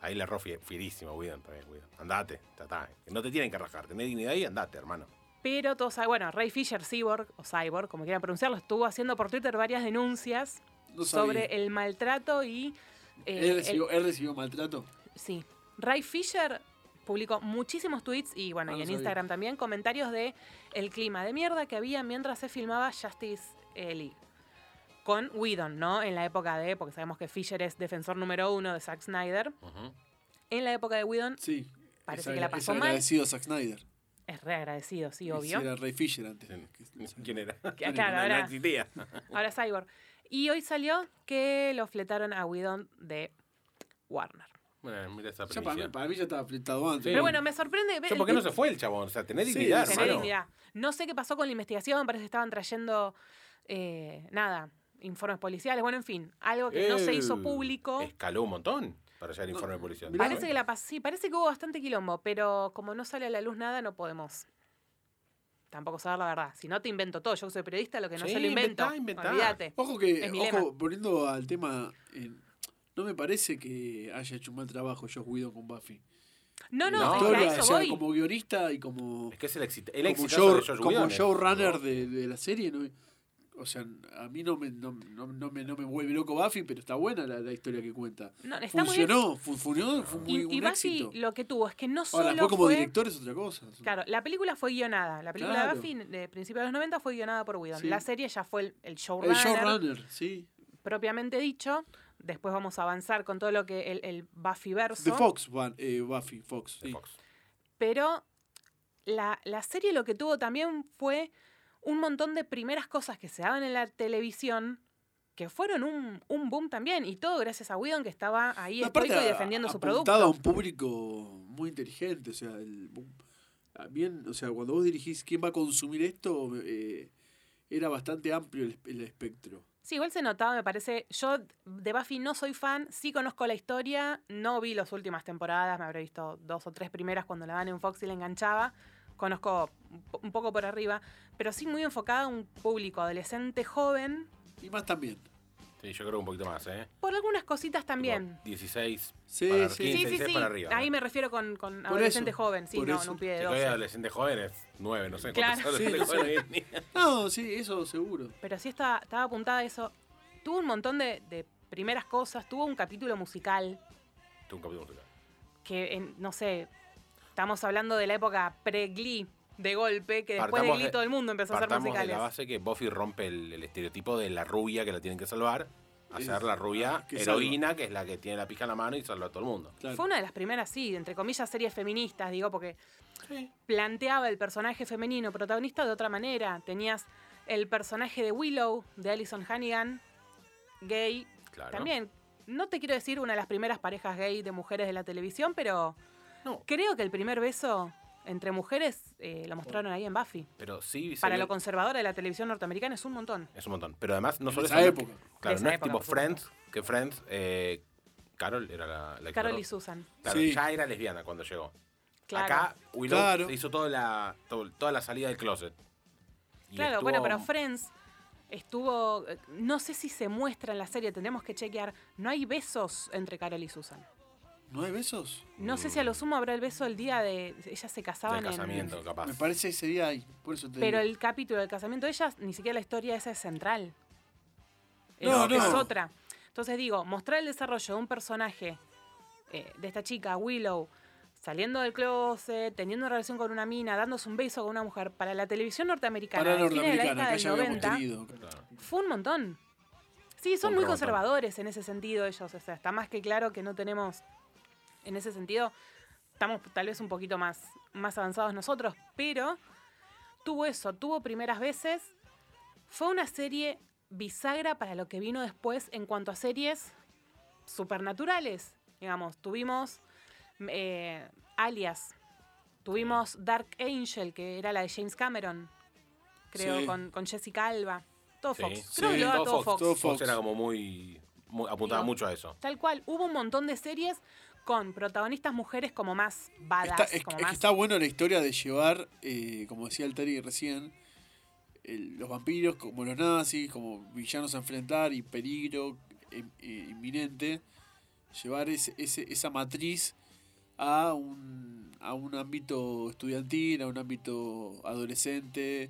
Ahí le erró fie- fierísimo, Whedon, está bien, Whedon. Andate, ya está. No te tienen que rajar, tenés dignidad y andate, hermano.
Pero todos saben, bueno, Ray Fisher, Cyborg, o Cyborg, como quieran pronunciarlo, estuvo haciendo por Twitter varias denuncias
no sabía.
sobre el maltrato y... eh,
él,
el-
recibió, él recibió maltrato.
Sí. Ray Fisher publicó muchísimos tweets y bueno,
Ah,
y
no
en
sabía.
Instagram también comentarios de el clima de mierda que había mientras se filmaba Justice eh, League. Con Whedon, ¿no? En la época de, porque sabemos que Fisher es defensor número uno de Zack Snyder. En la época de Whedon
Sí.
Parece
Es
que la
agra-
pasó
es
mal.
agradecido a Zack Snyder.
es reagradecido, sí,
Sí,
obvio.
Era Ray Fisher antes.
[LAUGHS] ¿Quién era?
Que-
No,
claro,
no,
ahora-
existía.
Ahora Cyborg. Y hoy salió que lo fletaron a Whedon de Warner.
Bueno, mira esa
Ya para, mí,
primicia.
para mí ya estaba apretado antes.
Pero bueno, me sorprende ver
Yo, ¿Por qué no se fue el chabón? O sea, tenés
Sí,
dignidad,
tenés
Tener
hermano.
dignidad. No sé qué pasó con la investigación, parece que estaban trayendo eh, nada, informes policiales, bueno, en fin, algo que no se hizo
Eh,
público.
Escaló un montón para llegar el informe policial.
mirá
Parece que la pas- sí, parece que hubo bastante quilombo, pero como no sale a la luz nada, no podemos tampoco saber la verdad. Si no te invento todo, yo que soy periodista, lo que no
Sí,
se lo invento.
inventá, inventá.
Olvídate.
Ojo que,
Es mi
ojo,
lema.
volviendo al tema, eh, no me parece que haya hecho un mal trabajo Josh Whedon con Buffy.
No,
No,
no, es que
Historia,
a eso
o sea,
voy.
como guionista y como,
Es que es el, éxito el
como,
exitazo
show-
de Josh
como
Whedon es-
showrunner de, de la serie. no- o sea, a mí no me, no, no- no me, no me vuelve loco Buffy, pero está buena la, la historia que cuenta.
No, está muy bien.
funcionó, fu- funcionó, fue muy,
Y, y
un
Buffy
éxito.
lo que tuvo es que no
Ahora,
solo
después como
fue-
director es otra cosa.
Claro, la película fue guionada. La película
Claro.
de Buffy de principios de los 90 fue guionada por Whedon.
Sí.
La serie ya fue el, el
El
showrunner,
showrunner, Eh, sí.
propiamente dicho. Después vamos a avanzar con todo lo que el, el
De
Buffyverso.
Fox, van- eh, Buffy, Fox.
de
sí.
Fox.
Pero la, la serie lo que tuvo también fue un montón de primeras cosas que se daban en la televisión que fueron un, un boom también. Y todo gracias a Whedon que estaba ahí
No, aparte,
estoico y
a-
defendiendo su
apuntado
producto.
a un público muy inteligente, o sea, el- bien, o sea, cuando vos dirigís quién va a consumir esto, eh, era bastante amplio el, el espectro.
Sí, igual se notaba, me parece. Yo de Buffy no soy fan, sí conozco la historia, no vi las últimas temporadas, me habré visto dos o tres primeras cuando la dan en Fox y la enganchaba. Conozco un po- un poco por arriba, pero sí muy enfocada a un público adolescente joven,
Y más también.
Sí, yo creo que un poquito más, ¿eh?
por algunas cositas también.
Tipo, 16
Sí,
para
sí.
Sí,
15,
sí,
16
sí.
para arriba.
Ahí
¿no?
me refiero con, con
Por
adolescente
eso,
joven, sí,
por
no,
eso.
no un pibe de
Si todavía
12.
adolescentes jóvenes, 9, no sé
Claro.
cuántos adolescentes
Sí, no sé.
jóvenes hoy en día.
No, sí, eso seguro.
Pero sí está, estaba apuntada a eso. Tuvo un montón de, de primeras cosas, tuvo un capítulo musical.
Tuvo un capítulo musical.
que, en- no sé, estamos hablando de la época pre-Glee de golpe, que después
Partamos
de Glee
de-
todo el mundo empezó a hacer
Partamos de
musicales.
la base que Buffy rompe el, el estereotipo de la rubia que la tienen que salvar a
Es-
ser la rubia
Ah, que
heroína, que es la que tiene la pija en la mano y salva a todo el mundo.
Claro.
Fue una de las primeras, sí, entre comillas, series feministas, digo, porque planteaba el personaje femenino protagonista de otra manera. Tenías el personaje de Willow, de Allison Hannigan, gay,
Claro.
también. No te quiero decir una de las primeras parejas gay de mujeres de la televisión, pero
No,
creo que el primer beso entre mujeres eh, lo mostraron ahí en Buffy.
pero sí. se
Para
ve-
lo conservadora de la televisión norteamericana es un montón.
Es un montón. Pero además, no
En
solo
esa
eso,
época.
Claro,
De esa
no es
época,
tipo
por supuesto.
Friends, que Friends. eh, Carol era la, la que
Carol
lo-
y Susan.
Claro,
Sí.
ya era lesbiana cuando llegó.
Claro.
Acá Willow
Claro.
se hizo toda la, to- toda la salida del closet. Y
claro,
estuvo-
bueno, pero Friends estuvo. eh, No sé si se muestra en la serie, tendremos que chequear. No hay besos entre Carol y Susan.
¿No hay besos?
No sé si a lo sumo habrá el beso el día de. Ellas se
Del
casaban en-
Mm. casamiento, capaz.
Me parece ese día ahí, por eso te
Pero
digo.
el capítulo del casamiento de ellas, ni siquiera la historia esa es central. Es,
No,
es
no.
otra. Entonces digo, mostrar el desarrollo de un personaje, eh, de esta chica, Willow, saliendo del closet, teniendo una relación con una mina, dándose un beso con una mujer, para la televisión norteamericana,
Para la
de fines de la década
norteamericana, que
del
ya habíamos
90,
tenido.
Claro.
fue un montón. Sí, son
Un
muy
remontón.
conservadores en ese sentido ellos. O sea, está más que claro que no tenemos, en ese sentido, estamos tal vez un poquito más, más avanzados nosotros, pero tuvo eso, tuvo primeras veces. Fue una serie bisagra para lo que vino después en cuanto a series supernaturales. Digamos, tuvimos eh, Alias, Tuvimos Dark Angel, que era la de James Cameron, creo,
Sí.
con, con Jessica Alba. Todo
Sí.
Fox. Creo
Sí,
que lo daba
todo
todo
Fox,
Fox.
todo
Fox
Fox.
era como muy, muy- apuntaba
Digo,
mucho a eso.
Tal cual, hubo un montón de series con protagonistas mujeres como más badass,
Está, es,
como
es que
más...
está bueno la historia de llevar, eh, como decía Alteri recién, el- los vampiros como los nazis, como villanos a enfrentar y peligro em- eh, inminente. Llevar ese, ese- esa matriz a un, a un ámbito estudiantil, a un ámbito adolescente,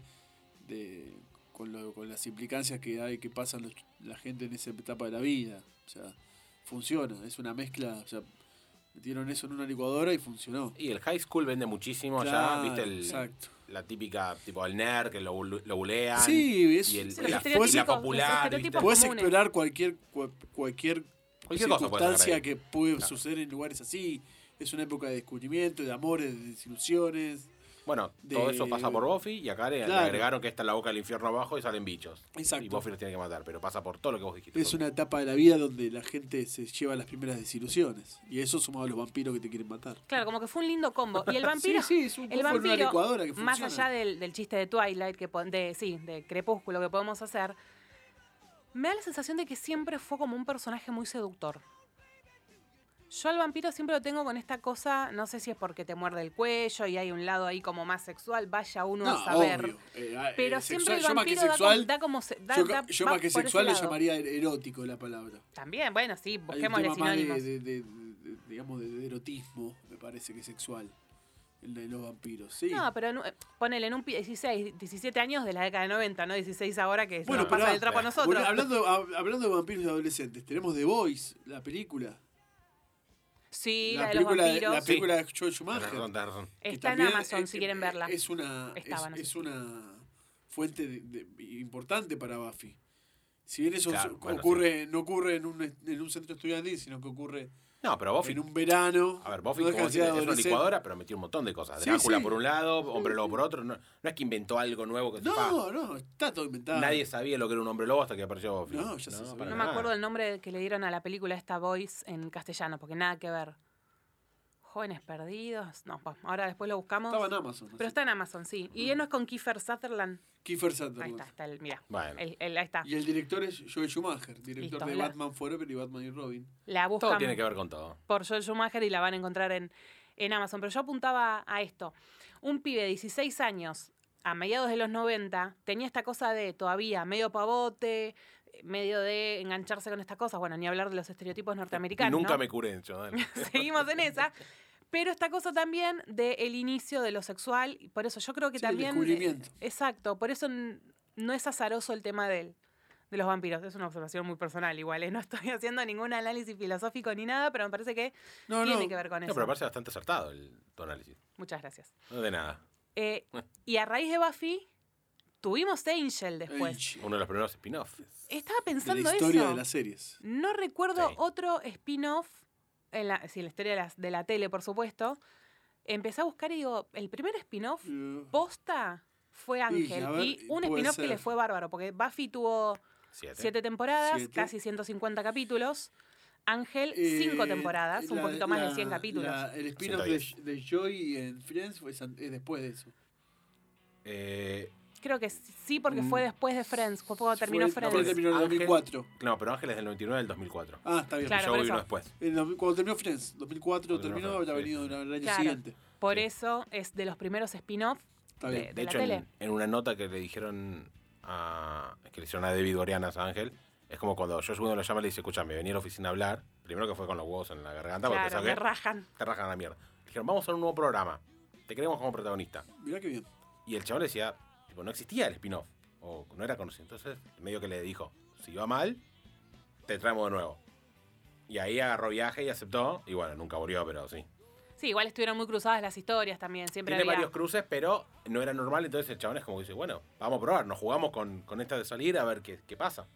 de, con, lo- con las implicancias que hay que pasan los- la gente en esa etapa de la vida. O sea, funciona, es una mezcla. O sea, metieron eso en una licuadora y funcionó.
Y el high school vende muchísimo allá,
Claro,
viste el-
exacto.
la típica, tipo el nerd que lo, bul- lo bulean.
Sí, es-
y el-
Sí,
la,
los
y la
estereotipos-
los
popular.
estereotipos
¿viste?
Puedes
comunes.
explorar cualquier cua- cualquier,
Cualquier cosa puedes sacar
circunstancia
ahí.
que puede
Claro.
suceder en lugares así. Es una época de descubrimiento, de amores, de desilusiones.
Bueno,
de-
todo eso pasa por Buffy y acá le, le
Claro.
agregaron que está la boca del infierno abajo y salen bichos.
Exacto.
Y Buffy los tiene que matar, pero pasa por todo lo que vos dijiste.
Es una etapa de la vida donde la gente se lleva las primeras desilusiones. Y eso sumado a los vampiros que te quieren matar.
Claro, como que fue un lindo combo. Y el vampiro,
[LAUGHS] Sí, sí, es un
el
combo en una
vampiro,
licuadora que
más
funciona.
allá del, del chiste de Twilight, que po- de, sí, de Crepúsculo que podemos hacer, me da la sensación de que siempre fue como un personaje muy seductor. Yo al vampiro siempre lo tengo con esta cosa, no sé si es porque te muerde el cuello y hay un lado ahí como más sexual, vaya uno a saber.
obvio. Eh, ah,
Pero
eh,
siempre
sexual-
el
yo más que
vampiro da como-
sexual-
da como se- da-
yo,
da-
yo
va
más que
por ese
sexual le
lado.
llamaría er- erótico la palabra.
También, bueno, sí,
Hay un
busquémosle
tema más de-
sinónimos.
de- de- de- digamos, de, de erotismo, me parece que sexual. El de los vampiros, sí.
No, pero en un- ponele en un pi- 16, 17 años de la década de 90, no 16 ahora que se
Bueno,
nos pasa
pará.
el trapo a nosotros.
Bueno, hablando, hab- hablando de vampiros y adolescentes, tenemos The Voice, la película.
Sí, la,
la,
de los
película de,
vampiros.
la película de Joel
Tenés
Schumacher.
razón, tenés razón.
Está
que
en
también
Amazon
es-
si quieren verla.
Es una, es-
Estaba, no sé
es
si.
una fuente de- de- importante para Buffy. Si bien eso
Claro,
su-
bueno,
ocurre, no ocurre en un, en un centro estudiantil, sino que ocurre
No, pero Buffy.
en un verano.
A ver, Buffy
no deja
como
de ser
decís, es una
adolescente.
licuadora, pero metió un montón de cosas.
Sí,
Drácula
sí.
por un lado, Hombre Lobo por otro. No, no es que inventó algo nuevo que
No,
sepa.
no, está todo inventado.
Pues, Nadie sabía lo que era un hombre lobo hasta que apareció Buffy.
No, ya se sabía.
para
No me
nada.
acuerdo el nombre que le dieron a la película esta Voice en castellano, porque nada que ver. Jóvenes perdidos. No, bueno, ahora después lo buscamos.
Estaba en Amazon. Mm. así.
Pero está en Amazon, sí. Y no es con Kiefer Sutherland.
Kiefer
Ahí
Sutherland.
está, está el, mira.
Bueno.
El- el- ahí está.
Y el director es Joel Schumacher, director
Listo,
de
la-
Batman Forever y Batman y Robin.
La
Todo
buscan
tiene que ver con todo.
por Joel Schumacher y la van a encontrar en, en Amazon. Pero yo apuntaba a esto. Un pibe de 16 años, a mediados de los 90, tenía esta cosa de todavía medio pavote, medio de engancharse con estas cosas. Bueno, ni hablar de los estereotipos norteamericanos.
Nunca
¿no?
me curé, yo, dale.
[LAUGHS] Seguimos en esa. Pero esta cosa también del inicio de lo sexual, y por eso yo creo que
Sí, el
también... eh,
descubrimiento.
Exacto, por eso n- no es azaroso el tema del, de los vampiros. Es una observación muy personal igual, ¿eh? no estoy [LAUGHS] haciendo ningún análisis filosófico ni nada, pero me parece que
No,
tiene
no.
que ver con
No,
eso.
pero parece bastante acertado el, tu análisis.
Muchas gracias.
No de nada.
Eh,
Ah.
Bueno.
y a raíz de Buffy, tuvimos Angel después.
Ey,
Uno de los primeros spin-offs.
Estaba
de
pensando
la historia
eso.
de las series.
No recuerdo
Sí.
otro spin-off, en la, sí, la historia de, las- de la tele, por supuesto. Empecé a buscar y digo, el primer spin-off
Eh,
posta fue Ángel.
a ver,
y un
puede
spin-off que le
ser.
fue bárbaro, porque Buffy tuvo
Siete.
siete temporadas,
Siete.
casi 150 capítulos. Ángel,
eh,
cinco temporadas, un
la-
poquito más de
la-
100 capítulos.
la- el spin-off de,
110.
de Joy en Friends fue san- es después de eso.
Eh,
Creo que sí, porque fue
Mm.
después de Friends, fue cuando terminó
Fue- no,
Friends.
terminó en el
Ángel-
2004.
no, pero Ángel es del 99 al 2004.
Ah, está bien. pues
Claro,
yo
por
vino
eso.
después.
En el dos- cuando terminó Friends, 2004
Cuando
terminó,
terminó
habrá
Friends,
venido
sí, sí.
el año
Claro.
siguiente.
Por
Sí.
eso es de los primeros spin-off
Está
de-
bien.
de,
De
la
hecho,
tele.
en, en una nota que le dijeron a, que le hicieron a David Boreanas a Ángel, es como cuando Josh Whedon lo llama y le dice, escúchame, vení a la oficina a hablar. Primero que fue con los huevos en la garganta, porque
Claro,
pensaba
me
que
rajan.
te rajan a la mierda. Le dijeron, vamos a hacer un nuevo programa. Te queremos como protagonista.
Mirá qué bien.
Y el chabón le decía, tipo, no existía el spin-off. O no era conocido. Entonces, medio que le dijo, si va mal, te traemos de nuevo. Y ahí agarró viaje y aceptó. Y bueno, nunca murió, pero sí.
Sí, igual estuvieron muy cruzadas las historias también. Siempre
Tiene
había...
varios cruces, pero no era normal. Entonces el chabón es como que dice, bueno, vamos a probar. Nos jugamos con, con esta de salir a ver qué, qué pasa.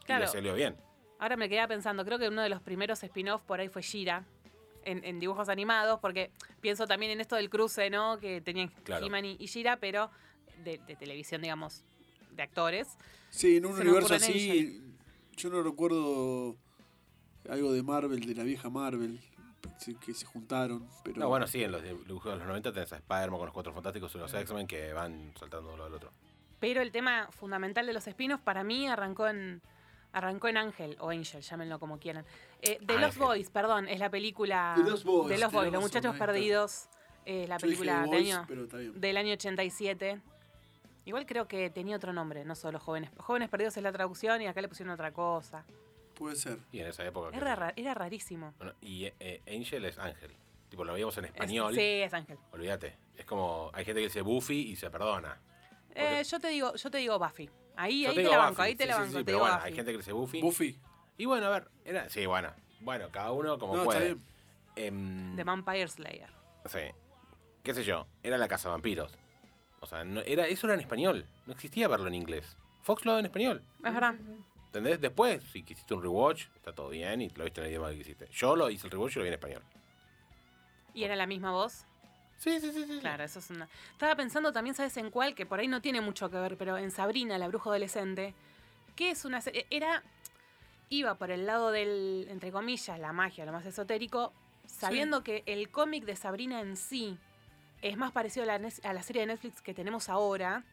Y
Claro.
le salió bien.
Ahora me quedaba pensando, creo que uno de los primeros spin-off por ahí fue Shira. En, en dibujos animados, porque pienso también en esto del cruce, ¿no? Que tenían
Claro.
He-Man y, y Shira, pero de, de televisión, digamos, de actores.
Sí, en un
Se me
universo
ocurren
así, yo no recuerdo algo de Marvel, de la vieja Marvel. se- que se juntaron. Pero
No, bueno, sí, en los dibujos de los 90 tenés a Spider-Man con los cuatro fantásticos y los X-Men que van saltando uno del otro.
Pero el tema fundamental de los spin-offs para mí arrancó en arrancó en Ángel o Angel, llámenlo como quieran. Eh, The Lost
Ángel.
Boys, perdón, es la película
The Lost Boys,
de Los
tenés
Boys, Los
razón,
Muchachos
ahí está.
Perdidos, eh, la
yo dije
película
The
del
Boys,
año,
pero está bien.
del año 87. Igual creo que tenía otro nombre, no solo Jóvenes. Jóvenes Perdidos es la traducción y acá le pusieron otra cosa.
Puede ser.
Y en esa época. que-
Era, ra- era rarísimo.
Bueno, y eh, Angel es Ángel. Tipo, lo veíamos en
Es-
español.
sí, es Ángel.
Olvídate. Es como. Hay gente que dice Buffy y se perdona.
Eh, yo te digo, yo te digo Buffy. Ahí,
Yo
ahí te,
digo
la
Buffy,
banco, ahí te
sí,
la
sí,
banco,
sí,
te
pero
digo
bueno,
Buffy.
hay gente que dice Buffy.
Buffy.
Y bueno, a ver. Era, sí, bueno. Bueno, cada uno como
No, está
puede.
bien.
Em,
The Vampire Slayer.
Sí. ¿Qué sé yo? Era la Casa Vampiros. O sea, no- era, eso era en español. No existía verlo en inglés. Fox lo daba en español.
Es verdad.
¿Entendés? Después, si quisiste un rewatch, está todo bien y lo viste en el idioma que quisiste. Yo lo hice el rewatch y lo vi en español.
Y era la misma voz.
Sí, sí, sí, sí. sí.
Claro, eso es una. Estaba pensando también, ¿sabes en cuál? Que por ahí no tiene mucho que ver, pero en Sabrina, la bruja adolescente, que es una serie. Era. Iba por el lado del, entre comillas, la magia, lo más esotérico, sabiendo que el cómic de Sabrina en sí es más parecido a la, nes- a la serie de Netflix que tenemos ahora.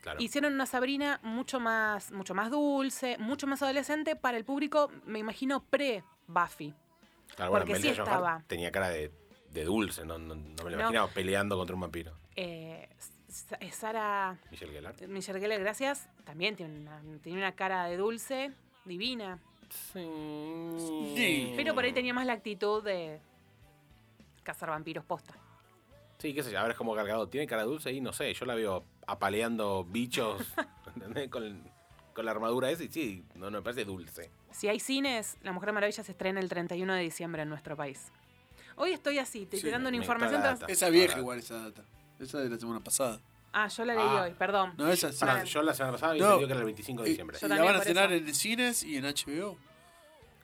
Claro.
Hicieron una Sabrina mucho más, mucho más dulce, mucho más adolescente para el público, me imagino, pre-Buffy.
Claro,
porque sí
Amelia Earhart
estaba.
tenía cara de, de dulce, no, no- no me lo
No.
imaginaba peleando contra un vampiro.
Eh, Sa- Sara
Michelle Gellar.
Michelle Geller, gracias, también tiene una, tiene una cara de dulce, divina.
Sí.
Pero por ahí tenía más la actitud de cazar vampiros posta.
Sí, qué sé yo, ahora es como cargado. Tiene cara dulce y no sé, yo la veo apaleando
[LAUGHS]
bichos, ¿entendés? Con, con la armadura esa y sí, no, no me parece dulce.
Si hay cines, La Mujer Maravilla se estrena el 31 de diciembre en nuestro país. Hoy estoy así, te
Sí,
estoy dando una
me
información.
está la
tras-
data.
Esa vieja
Ahora-
igual, esa data. Esa de la semana pasada.
Ah, yo la leí
Ah.
hoy, perdón.
No, esa sí.
Pará, yo la semana
No.
pasada había entendido que era el 25 de
Y-
diciembre.
Yo
y la
también
van a
por
cenar
eso.
en cines y en HBO.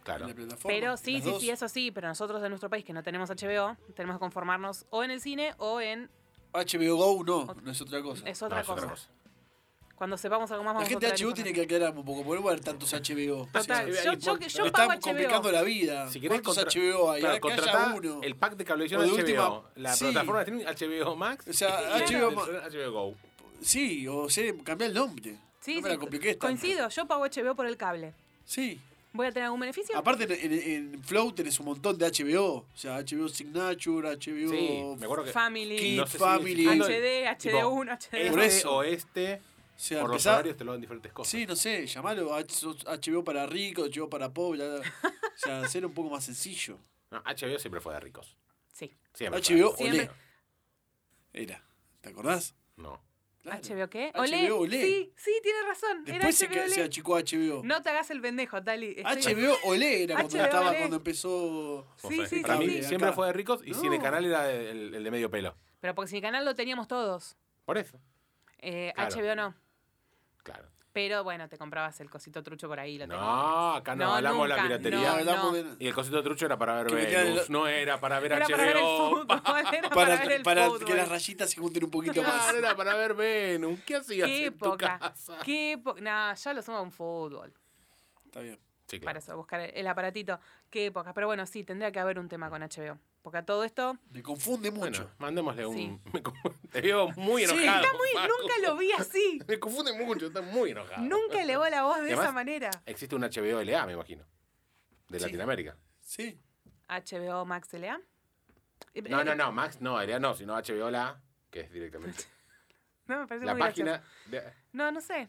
Claro.
En la plataforma.
Pero sí,
las
sí,
dos.
sí, eso sí, pero nosotros en nuestro país que no tenemos HBO, tenemos que conformarnos o en el cine o en...
HBO Go no, no es otra cosa.
Es
No,
otra,
es otra
cosa. Cuando sepamos algo más
La
vamos a
gente de
traer
HBO tiene que
información.
aclarar un poco, porque no puede haber tantos HBO.
Total,
O sea,
yo, yo, yo
nos
pago
estamos
HBO.
complicando la vida.
Si querés
¿Cuántos
contra-
HBO hay?
claro,
Acá haya
contratá
uno.
el pack de cablevisión
O de
HBO.
última-
la
sí.
plataforma tiene HBO Max.
O
[LAUGHS]
sea,
y
HBO
la- HBO Go.
Sí, o sea, cambiar el nombre.
Sí,
no me
sí,
la compliques tanto.
coincido, yo pago HBO por el cable.
Sí.
¿Voy a tener algún beneficio?
Aparte, en, en- en Flow tenés un montón de HBO. O sea, HBO Signature, HBO...
Sí, me acuerdo que.
Family,
Kids,
sé si
Family.
sigue existiendo
HD,
el- tipo,
HD1, HD2.
Por
Este
eso.
o este,
O sea,
por los
empezá-
horarios te lo dan diferentes cosas.
Sí, no sé, llamalo H- sos HBO para rico, HBO para pobre. ya- O
[LAUGHS]
sea, hacer un poco más sencillo.
No, HBO siempre fue de ricos.
Sí.
Siempre. fue de
HBO
ricos.
Siempre.
Olé. Era. ¿te acordás?
No.
Claro.
¿HBO qué?
HBO
Olé.
Olé.
Sí, sí, tienes razón.
Después se,
era
que-
HBO
se
Olé.
achicó HBO.
No te hagas el pendejo, Tali. Estoy-
HBO Olé era cuando
HBO
estaba,
Olé.
cuando empezó.
Sí,
Fue-
sí,
Para
sí,
mí
sí.
siempre
Acá.
fue de ricos y
No.
Cine Canal era el, el de medio pelo.
Pero porque sin canal lo teníamos todos.
Por eso.
Eh,
Claro.
HBO no.
Claro.
Pero bueno, te comprabas el cosito trucho por ahí. Lo tenías.
No, acá no,
No,
hablamos de la
nunca,
No,
piratería.
hablamos
no.
de-
Y el cosito trucho era para ver
Que metían
Venus,
el-
no era para ver
Era
HBO.
para ver el fútbol. [LAUGHS] Era [LAUGHS] para,
Para,
ver el
para
fútbol.
que las rayitas se junten un poquito más.
[LAUGHS] Claro, era para ver Venus. ¿Qué hacías
Qué
en tu
época.
casa?
Qué época. No, yo lo sumo a un fútbol.
Está bien.
Sí, claro.
Para eso, buscar el aparatito. Qué época. Pero bueno, sí, tendría que haber un tema con HBO. Porque a todo esto.
Me confunde mucho.
Bueno, mandémosle un.
Sí.
[LAUGHS] me confu- Te veo muy
Sí.
enojado.
Está muy-
Marco.
nunca lo vi así.
[LAUGHS] Me confunde mucho, está muy enojado.
Nunca elevó la voz de
Además-
esa manera.
Existe un HBO LA, me imagino. De
Sí.
Latinoamérica.
Sí.
HBO Max LA. Eh,
No,
eh,
no, no, Max, no, LA no, sino HBO LA, que es directamente.
No, me parece
La
muy
página.
gracioso.
de-
No, no sé.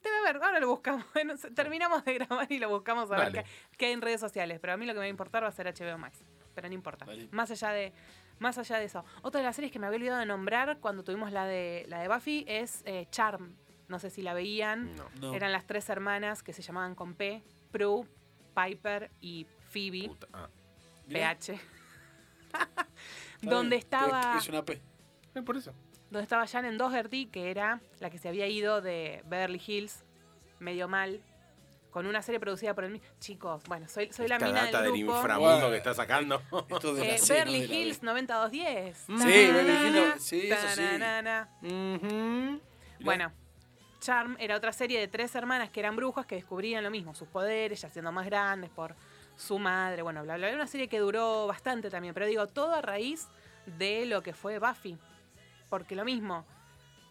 Debe haber, ahora lo buscamos. [LAUGHS] Bueno, se- terminamos de grabar y lo buscamos a
Dale.
ver qué, qué hay en redes sociales. Pero a mí lo que me va a importar va a ser HBO Max. Pero no importa.
Dale.
Más allá de. Más allá de eso. Otra de las series que me había olvidado de nombrar cuando tuvimos la de la de Buffy es eh, Charm. No sé si la veían.
No.
No.
Eran las tres hermanas que se llamaban con P, Prue, Piper y Phoebe.
Puta. ah.
Mirá,
PH.
está
[LAUGHS] donde
bien.
estaba,
Es una P.
Eh, por eso.
donde estaba Shannon Doherty, que era la que se había ido de Beverly Hills, medio mal, con una serie producida por el mismo. Chicos, bueno, soy, soy la
Esta
mina
data
del
del
grupo.
inframundo
Guau.
que
[LAUGHS]
está sacando.
Esto de la
Eh,
C, no
Beverly
de la B.
Hills 9210.
Beverly Hills, sí, eso sí.
Tananana. Bueno, Charm era otra serie de tres hermanas que eran brujas que descubrían lo mismo, sus poderes, ya siendo más grandes por su madre, bueno, bla, bla, bla. Una serie que duró bastante también, pero digo, todo a raíz de lo que fue Buffy. Porque lo mismo,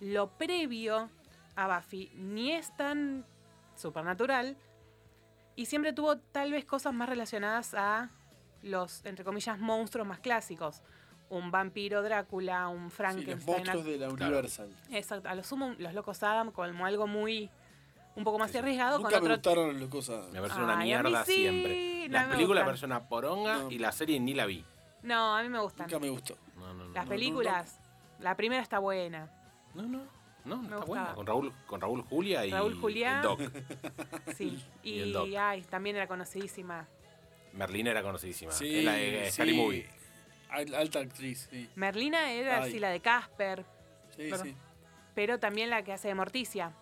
lo previo a Buffy ni es tan supernatural y siempre tuvo tal vez cosas más relacionadas a los, entre comillas, monstruos más clásicos. Un vampiro Drácula, un
Sí,
Frankenstein.
los monstruos de la Universal.
Exacto, a lo sumo los locos Adam como algo muy, un poco más arriesgado
Nunca
con
me
otro...
gustaron las cosas.
Me parece una
Ay, a mí
mierda
sí,
siempre.
no
Las
me gustan.
películas me parecen una poronga
No.
y la serie ni la vi.
No, a mí me gustan.
Nunca me gustó.
No, no, no.
Las
no,
películas, la primera está buena.
No, no. No, no está
gustaba.
buena. Con Raúl, con Raúl Julia y
Raúl Julia.
el Doc.
[LAUGHS]
Sí,
Y el Doc.
y ay, también era conocidísima.
Merlina era conocidísima.
Sí,
Es la de
sí.
Scary Movie.
Al- Alta actriz, sí.
Merlina era
Ay.
sí, la de Casper,
Sí,
Claro.
sí.
pero también la que hace de Morticia,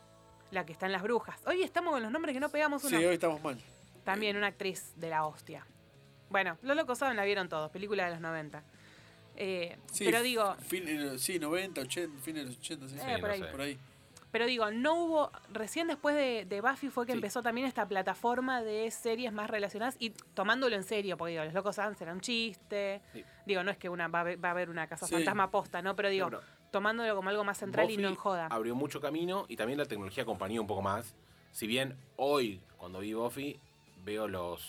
la que está en Las Brujas. Hoy estamos con los nombres que no pegamos
Sí,
uno.
hoy estamos mal.
También una actriz de la hostia. Bueno, Los Locos Saben la vieron todos, película de los 90. Eh,
Sí,
pero digo,
fin- eh, sí, 90, 80, fines de los 80, sí.
Eh,
Sí,
por
no
ahí.
sé.
Por ahí.
pero digo, no hubo. Recién después de, de Buffy fue que
Sí.
empezó también esta plataforma de series más relacionadas y tomándolo en serio, porque digo, Los Locos Saben será un chiste.
Sí.
Digo, no es que una va a haber, va a haber una casa
Sí.
fantasma posta, ¿no? Pero digo,
No, pero
tomándolo como algo más central y
Buffy
no en joda.
Abrió mucho camino y también la tecnología acompañó un poco más. Si bien hoy, cuando vi Buffy, veo los,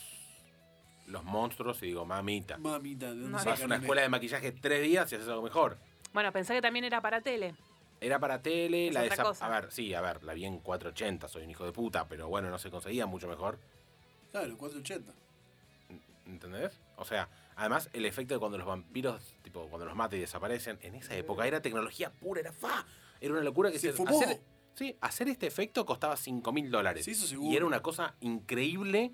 los monstruos y digo, mamita.
Mamita, ¿de dónde
Mamita.
Vas a
sacan
una
el-
escuela de maquillaje tres días y haces algo mejor.
Bueno, pensé que también era para tele.
Era para tele,
Es
la
otra
desa-
cosa.
A ver, sí, a ver, la vi en 480, soy un hijo de puta, pero bueno, no se conseguía mucho mejor.
Claro, 480.
¿Entendés? O sea, además el efecto de cuando los vampiros, tipo, cuando los mata y desaparecen, en esa época era tecnología pura, era fa. Era una locura que
Se fumó.
Hacer, sí, hacer este efecto costaba 5 mil dólares.
Sí, eso seguro.
y era una cosa increíble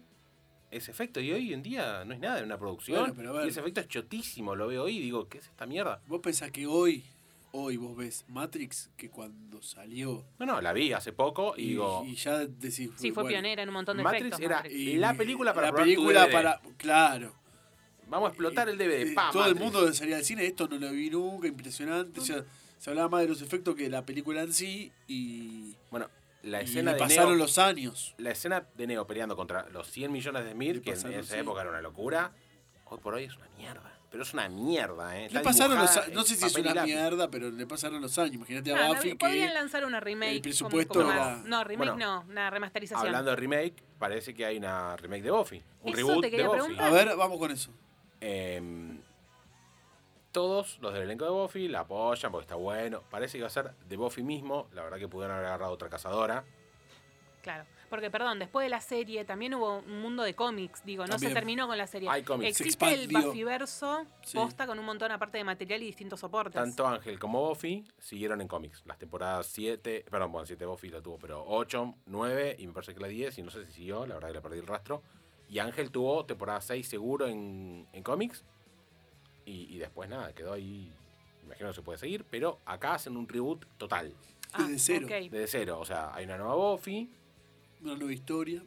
ese efecto. Y hoy en día no es nada, es una producción.
Bueno, pero a ver.
Y ese efecto es chotísimo, lo veo hoy y digo, ¿qué es esta mierda?
Vos pensás que hoy, hoy vos ves Matrix, que cuando salió.
No, no, la vi hace poco y,
Y,
digo.
y ya decís.
Sí, fue
bueno,
pionera en un montón de
Matrix
efectos.
era-
Matrix.
y-
La película para
La
probar tu
película
DVD.
para. Claro.
Vamos a explotar el
Eh,
DVD. pa,
Todo el
Matrix.
mundo salía al cine, esto no lo vi nunca, impresionante. O sea, se hablaba más de los efectos que de la película en sí y.
Bueno, la
y
escena
le
de
pasaron
Neo-
los años.
la escena de Neo peleando contra los 100 millones de Smith,
Le
que en
pasaron,
esa
sí.
época era una locura, hoy por hoy es una mierda. Pero es una mierda, ¿eh?
Le
Está
pasaron los
dibujada
a- No
en
sé si es
papel y
una
lápiz.
mierda, pero le pasaron los años. Imagínate
Ah,
a
no,
Buffy
podrían
que.
lanzar una remake.
el
como-
presupuesto
como
era-
más- No, remake
Bueno,
no, una remasterización.
Hablando de remake, parece que hay una remake de Buffy. Un
Eso te
reboot de
quería
Buffy.
preguntar.
A ver, vamos con eso.
Em, todos los del elenco de Buffy la apoyan porque está bueno. Parece que va a ser de Buffy mismo. La verdad que pudieron haber agarrado otra cazadora.
Claro. Porque, perdón, después de la serie también hubo un mundo de cómics. Digo, no
También.
se terminó con la serie.
Hay cómics.
Se
Existe el
expandió.
Buffyverso
Sí.
posta con un montón aparte de material y distintos soportes.
Tanto Ángel como Buffy siguieron en cómics. Las temporadas 7, perdón, bueno, 7 Buffy la tuvo, pero 8, 9 y me parece que la 10, y no sé si siguió, la verdad que le perdí el rastro. Y Ángel tuvo temporada 6 seguro en, en cómics. Y, y después nada, quedó ahí. me Imagino que se puede seguir, pero acá hacen un reboot total,
desde cero.
Ah, ok.
desde cero. O sea, hay una nueva Buffy.
Una nueva historia.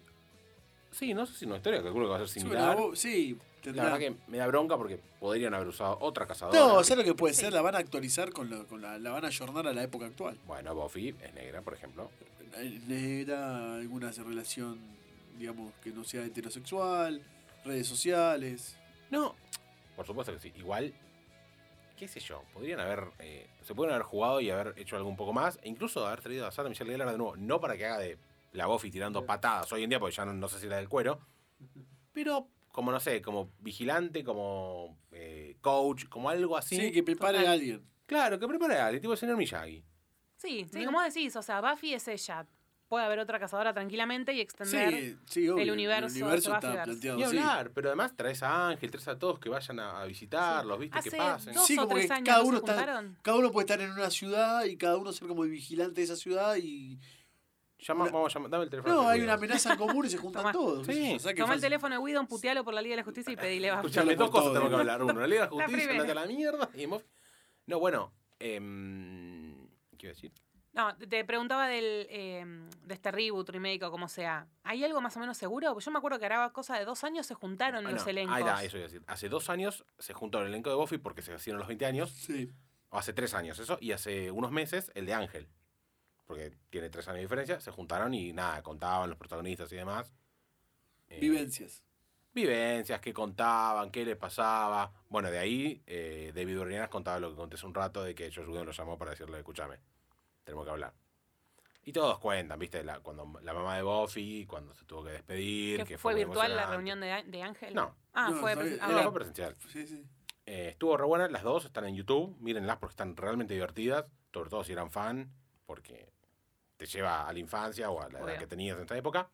Sí, no sé si una historia, calculo que va a ser
Sí, una
similar.
voz- sí,
La
tendrá.
verdad que me da bronca porque podrían haber usado otra cazadora.
No, ¿sabes lo que puede ser? La van a actualizar con, la, con la, la van a jornar a la época actual.
Bueno, Buffy es negra, por ejemplo.
Era eh, alguna relación, digamos, que no sea heterosexual, redes sociales.
No. Por supuesto que sí. Igual, qué sé yo, podrían haber. eh, se pueden haber jugado y haber hecho algo un poco más. E incluso haber traído a Sarah Michelle Gellar de nuevo. No para que haga de la Buffy tirando patadas hoy en día, porque ya no, no sé si la
[LAUGHS]
del cuero. Pero, como no sé, como vigilante, como eh, coach, como algo así.
Sí, que prepare
total.
a alguien.
Claro, que prepare a alguien, tipo el señor Miyagi.
Sí, sí, como decís, o sea, Buffy es ella. Puede haber otra cazadora tranquilamente y extender.
Sí, sí, obvio.
universo
el universo
se va a
está
fijar.
planteado
Y
así.
hablar, pero además traes a Ángel, traes a todos que vayan a, a visitarlos, ¿viste?
Hace
que pasen.
dos
Sí,
o
como
tres
que
años
cada
no se
uno está-
juntaron.
Cada uno puede estar en una ciudad y cada uno ser como el vigilante de esa ciudad y...
Llama- vamos a llamar, dame el teléfono.
No,
que
hay
cuido.
una amenaza en común y se
Tomá.
juntan todos. qué sé
Sí.
yo, o sea que
Tomá el
fácil.
teléfono de Whedon, putealo por la Liga de la Justicia y pedile Buffy.
Escuchame, dos
Por todo,
[LAUGHS]
cosas tengo que
digo.
hablar. Uno, la Liga de la
La
Justicia,
primera.
andate a la mierda. Y Moff- No, bueno. em, ¿Qué iba a decir?
No, te preguntaba del, eh, de este reboot, remake o como sea. ¿Hay algo más o menos seguro? Porque yo me acuerdo que era cosa de dos años se juntaron
Ah,
los
no,
elencos.
Ahí da, eso iba a decir. Hace dos años se juntó el elenco de Buffy porque se hicieron los 20 años.
Sí.
O hace tres años eso. Y hace unos meses el de Ángel. Porque tiene tres años de diferencia. Se juntaron y nada, contaban los protagonistas y demás. Eh,
Vivencias.
vivencias, qué contaban, qué les pasaba. Bueno, de ahí eh, David Urrianas contaba lo que conté hace un rato de que George Whedon lo llamó para decirle, escúchame, tenemos que hablar. Y todos cuentan, ¿viste? La, cuando la mamá de Buffy, cuando se tuvo que despedir.
¿Que
que
¿Fue
muy
virtual la
emocionante.
reunión de, de Ángel?
No.
Ah,
No,
fue.
no, eh,
presen-
era-
ah,
No,
bueno.
fue presencial.
Sí, sí.
Eh, estuvo re buena, las dos están en YouTube, mírenlas porque están realmente divertidas, sobre todo si eran fan, porque te lleva a la infancia o a la edad
Obvio.
que tenías en esta época.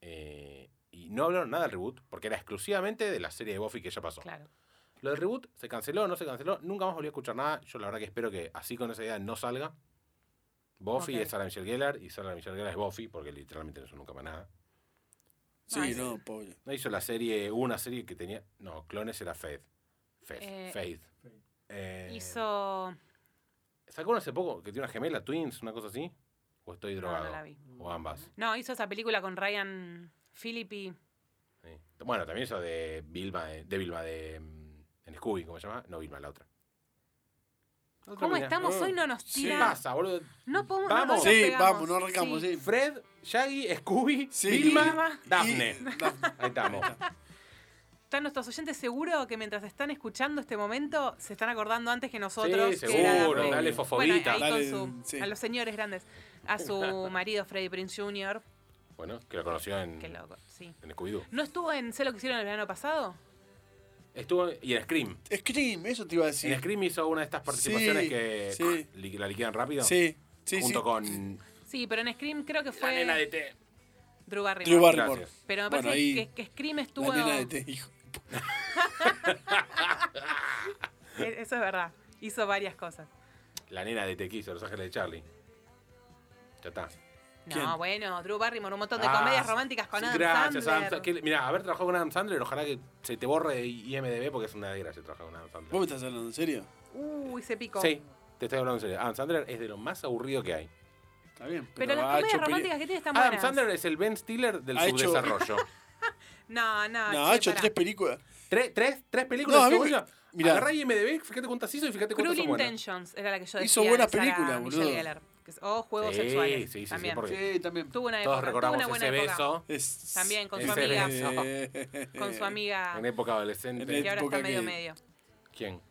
Eh, y no hablaron nada del reboot, porque era exclusivamente de la serie de Buffy que ya pasó.
Claro.
Lo del reboot se canceló, no se canceló, nunca más volví a escuchar nada. Yo la verdad que espero que así con esa idea no salga. Buffy
Ok.
es Sarah Michelle Gellar y Sarah Michelle Gellar es Buffy, porque literalmente no hizo nunca más nada.
Sí,
Nice.
no, pobre.
No hizo la serie, una serie que tenía. No, clones era Faith. Faith.
Eh,
Faith. Eh,
Hizo.
¿Sacó una hace poco que tiene una gemela, Twins, una cosa así? ¿O estoy
no,
drogado?
no la vi.
O ambas.
No, hizo esa película con Ryan Philippi.
sí. Bueno, también hizo de Vilma, de, de Vilma, de. mm, En Scooby, ¿cómo se llama? No, Vilma, la otra. La otra
¿Cómo
mina.
estamos
Ah,
hoy? No nos
sí.
¿Qué
tira.
pasa, boludo?
No podemos.
Vamos.
no nos
Sí,
pegamos.
vamos, no arrancamos, sí.
Fred, Shaggy, Scooby,
Sí.
Vilma,
Vilma.
Daphne.
Y- [LAUGHS] Dafne.
Ahí estamos.
Están nuestros oyentes seguros que mientras están escuchando este momento se están acordando antes que [LAUGHS] nosotros.
Sí,
que era
seguro,
Daphne.
dale
Bueno, ahí
fosfobita.
con
Dale,
su-
sí.
a los señores grandes. A
[LAUGHS]
su marido Freddy Prince Jr.
Bueno, que lo conoció en,
Qué loco, sí.
en Scooby-Doo.
¿No estuvo en Sé lo que hicieron el verano pasado?
Estuvo, y en Scream.
Scream, eso te iba a decir.
En Scream hizo una de estas participaciones
Sí,
que ah,
sí.
li- la liquidan rápido.
Sí, sí,
junto
sí.
con
Sí, pero en Scream creo que
la
fue
nena de T.
Drew Barrymore.
Drew Barrymore.
Gracias.
Pero me
Bueno,
parece
ahí-
que, que Scream estuvo.
La nena de T, hijo.
E- Eso es verdad. Hizo varias cosas.
La nena de T quiso, Los Ángeles de Charlie. Ya está.
No,
¿Quién?
bueno, Drew Barrymore, un montón de
Ah,
comedias románticas con
sí,
Adam
Gracias,
Sandler.
Adam Sandler. Mira, haber trabajado con Adam Sandler, ojalá que se te borre de IMDB porque es una desgracia trabajar con Adam
¿Vos me
Sandler.
estás hablando en serio?
Uy, se picó.
Sí, te estoy hablando en serio. Adam Sandler es de lo más aburrido que hay.
Está bien.
Pero las
ha
comedias
hecho peli-
románticas que tiene están
Adam
buenas.
Sandler es el Ben Stiller del
Ha hecho- [LAUGHS]
subdesarrollo.
No, no,
No,
che,
ha hecho
pará.
tres películas.
¿Tres, tres, tres películas
No,
de
a mí me-
cebolla?
mirá.
Agarrá IMDB, fíjate cuántas hizo y fíjate cuántas
Cruel
son buenas.
Intentions era la que yo decía.
Hizo
de
buenas
Sarah
películas,
Michelle
boludo.
Gellar, que es- O juegos
Sí,
sexuales.
sí, sí, sí,
también.
porque-
Sí, también.
Tuvo una época.
Todos recordamos
tuvo una buena
ese
época.
beso
Es-
También con su
Ese
amiga.
beso.
Eh,
Con su amiga.
Ah. en época
En
adolescente.
Que ahora está
época
medio
que-
medio.
¿Quién?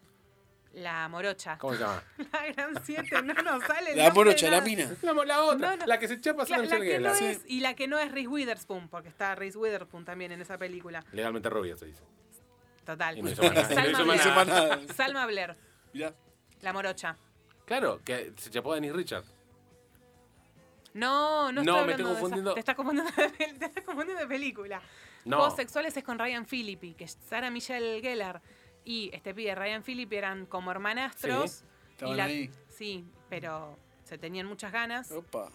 La morocha.
¿Cómo se llama?
[LAUGHS] La gran siete, no nos sale. el
[LAUGHS] La
nombre
morocha,
de
la
nada.
mina.
[LAUGHS] La, la otra,
No, no.
la que se chapa
La,
Sarah
la
Michelle
que no
Gellar.
Sí.
es, y la que no es Reese Witherspoon, porque está Reese Witherspoon también en esa película.
Legalmente rubia se dice.
Total.
Y no hizo más nada.
[LAUGHS] Salma
Y no hizo
Blair.
más
Ese [LAUGHS] maná.
Salma Blair,
Mirá.
la morocha.
Claro, que se chapó a Denise Richard.
No, no,
No,
estoy
me
hablando
estoy
de
confundiendo.
esa. Te estás confundiendo de, pel- te estás confundiendo de película.
No.
Juegos sexuales es con Ryan Philippi, que Sarah Michelle Gellar y este pibe Ryan Philippi eran como hermanastros.
Sí,
y
estaban
la-
ahí. Oh.
Sí, pero se tenían muchas ganas.
Opa.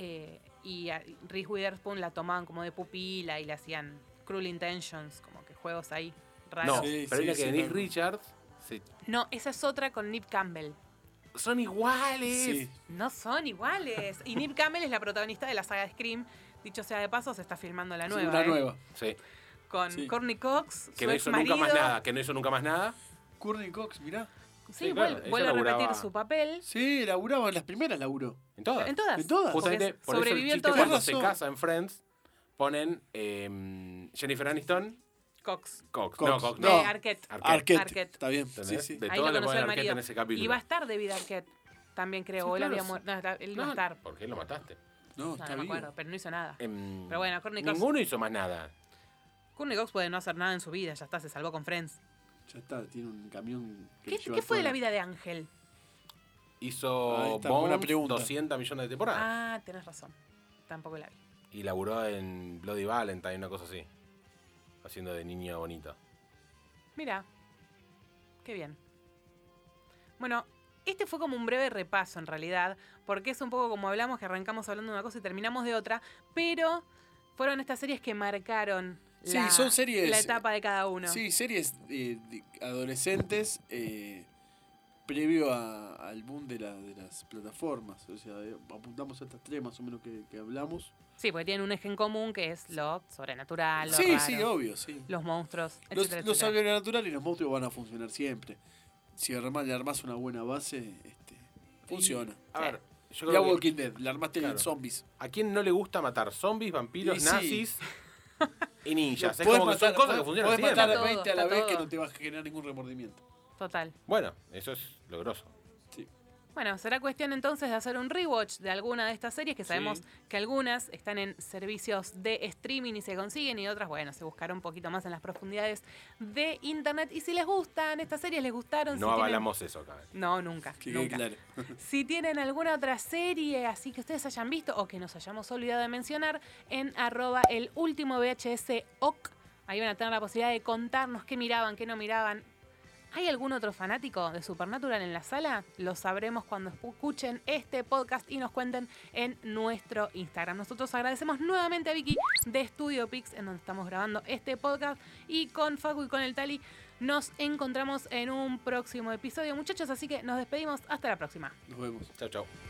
eh, y a- Reese Witherspoon la tomaban como de pupila y le hacían Cruel Intentions, como que juegos ahí raros.
No,
No,
Sí,
pero
sí,
mira
sí,
que Denise
claro.
Richards se-
esa es otra con Nip Campbell.
son iguales.
Sí.
No son iguales. Y Nip Campbell es la protagonista de la saga de Scream. Dicho sea de paso, se está filmando la nueva.
Una
¿eh?
nueva.
Sí,
Con
Sí.
Courtney Cox,
Que
su
no hizo
exmarido.
nunca más nada, que no hizo nunca más nada.
Courtney Cox, mirá.
Sí,
Sí, claro,
vuel-
ella
vuelve a repetir
laburaba-
su papel.
Sí, laburaba en las primeras, laburó.
En todas.
En todas.
En todas.
Porque
Justamente por eso el
sobrevivió en
chiste
todas.
cuando
Tenés
se
razón.
casa en Friends ponen em, Jennifer Aniston,
Cox.
Cox.
Cox.
No, Cox
De
no.
No.
Arquette.
Arquette.
Arquette.
Arquette.
Está bien. Sí,
¿Entendés?
sí.
De
Ahí
todas
lo
le
conoció
ponen
el
Arquette
marido.
en ese capítulo.
Y va a estar David Arquette. También creo.
Sí,
o él
claro,
había
sí.
muerto. no, está- él
No,
iba a estar.
Porque él lo mataste.
No,
No,
está
no me
vivo.
acuerdo, pero no hizo nada.
Em,
Pero bueno, Courtney Cox-
Ninguno hizo más nada.
Courtney Cox puede no hacer nada en su vida, ya está, se salvó con Friends.
Ya está, tiene un camión. que
¿Qué,
lleva
qué fue de
todo.
la vida de Ángel?
Hizo
Ahí está, buena
Bones,
pregunta.
200 millones de temporadas.
Ah, tenés razón. Tampoco la vi.
Y laburó en Bloody Valentine, una cosa así. Haciendo de niña bonita.
Mira, qué bien. Bueno, este fue como un breve repaso en realidad, porque es un poco como hablamos, que arrancamos hablando de una cosa y terminamos de otra, pero fueron estas series que marcaron
Sí,
la,
son series-
la etapa de cada uno.
Sí, series eh, de adolescentes eh, previo a- al boom de, la- de las plataformas. O sea, eh, apuntamos a estas tres más o menos que, que hablamos.
Sí, porque tienen un eje en común que es lo sobrenatural, Ah, lo
sí,
raro,
sí, obvio, sí.
los monstruos,
Los,
etcétera,
los
etcétera.
sobrenatural y los monstruos van a funcionar siempre. Si arma- le armas una buena base, este, funciona.
A
Sí.
ver, yo
Ya
creo que
Walking Dead, le armaste
Claro.
zombies.
a quién no le gusta matar zombies, vampiros,
Y sí.
nazis, y ninjas. es
Podés
como que son
matar-
cosas que
podés-
funcionan
podés
siempre.
matar
Está
a
todo,
20 a la
está
vez
todo.
que no te vas a generar ningún remordimiento.
Total.
Bueno, eso es lo grosso.
Sí.
Bueno, será cuestión entonces de hacer un rewatch de alguna de estas series, que sabemos
Sí.
que algunas están en servicios de streaming y se consiguen, y otras, bueno, se buscará un poquito más en las profundidades de internet. Y si les gustan estas series, les gustaron.
No
si tienen-
avalamos eso acá.
No, nunca.
Que quede
nunca.
claro.
Si tienen alguna otra serie así que ustedes hayan visto o que nos hayamos olvidado de mencionar, en arroba el último VHS OC, ahí van a tener la posibilidad de contarnos qué miraban, qué no miraban. ¿Hay algún otro fanático de Supernatural en la sala? Lo sabremos cuando escuchen este podcast y nos cuenten en nuestro Instagram. Nosotros agradecemos nuevamente a Vicky de Studio Pix, en donde estamos grabando este podcast, y con Facu y con el Tali nos encontramos en un próximo episodio, muchachos. Así que nos despedimos. Hasta la próxima.
Nos vemos.
Chau, chau.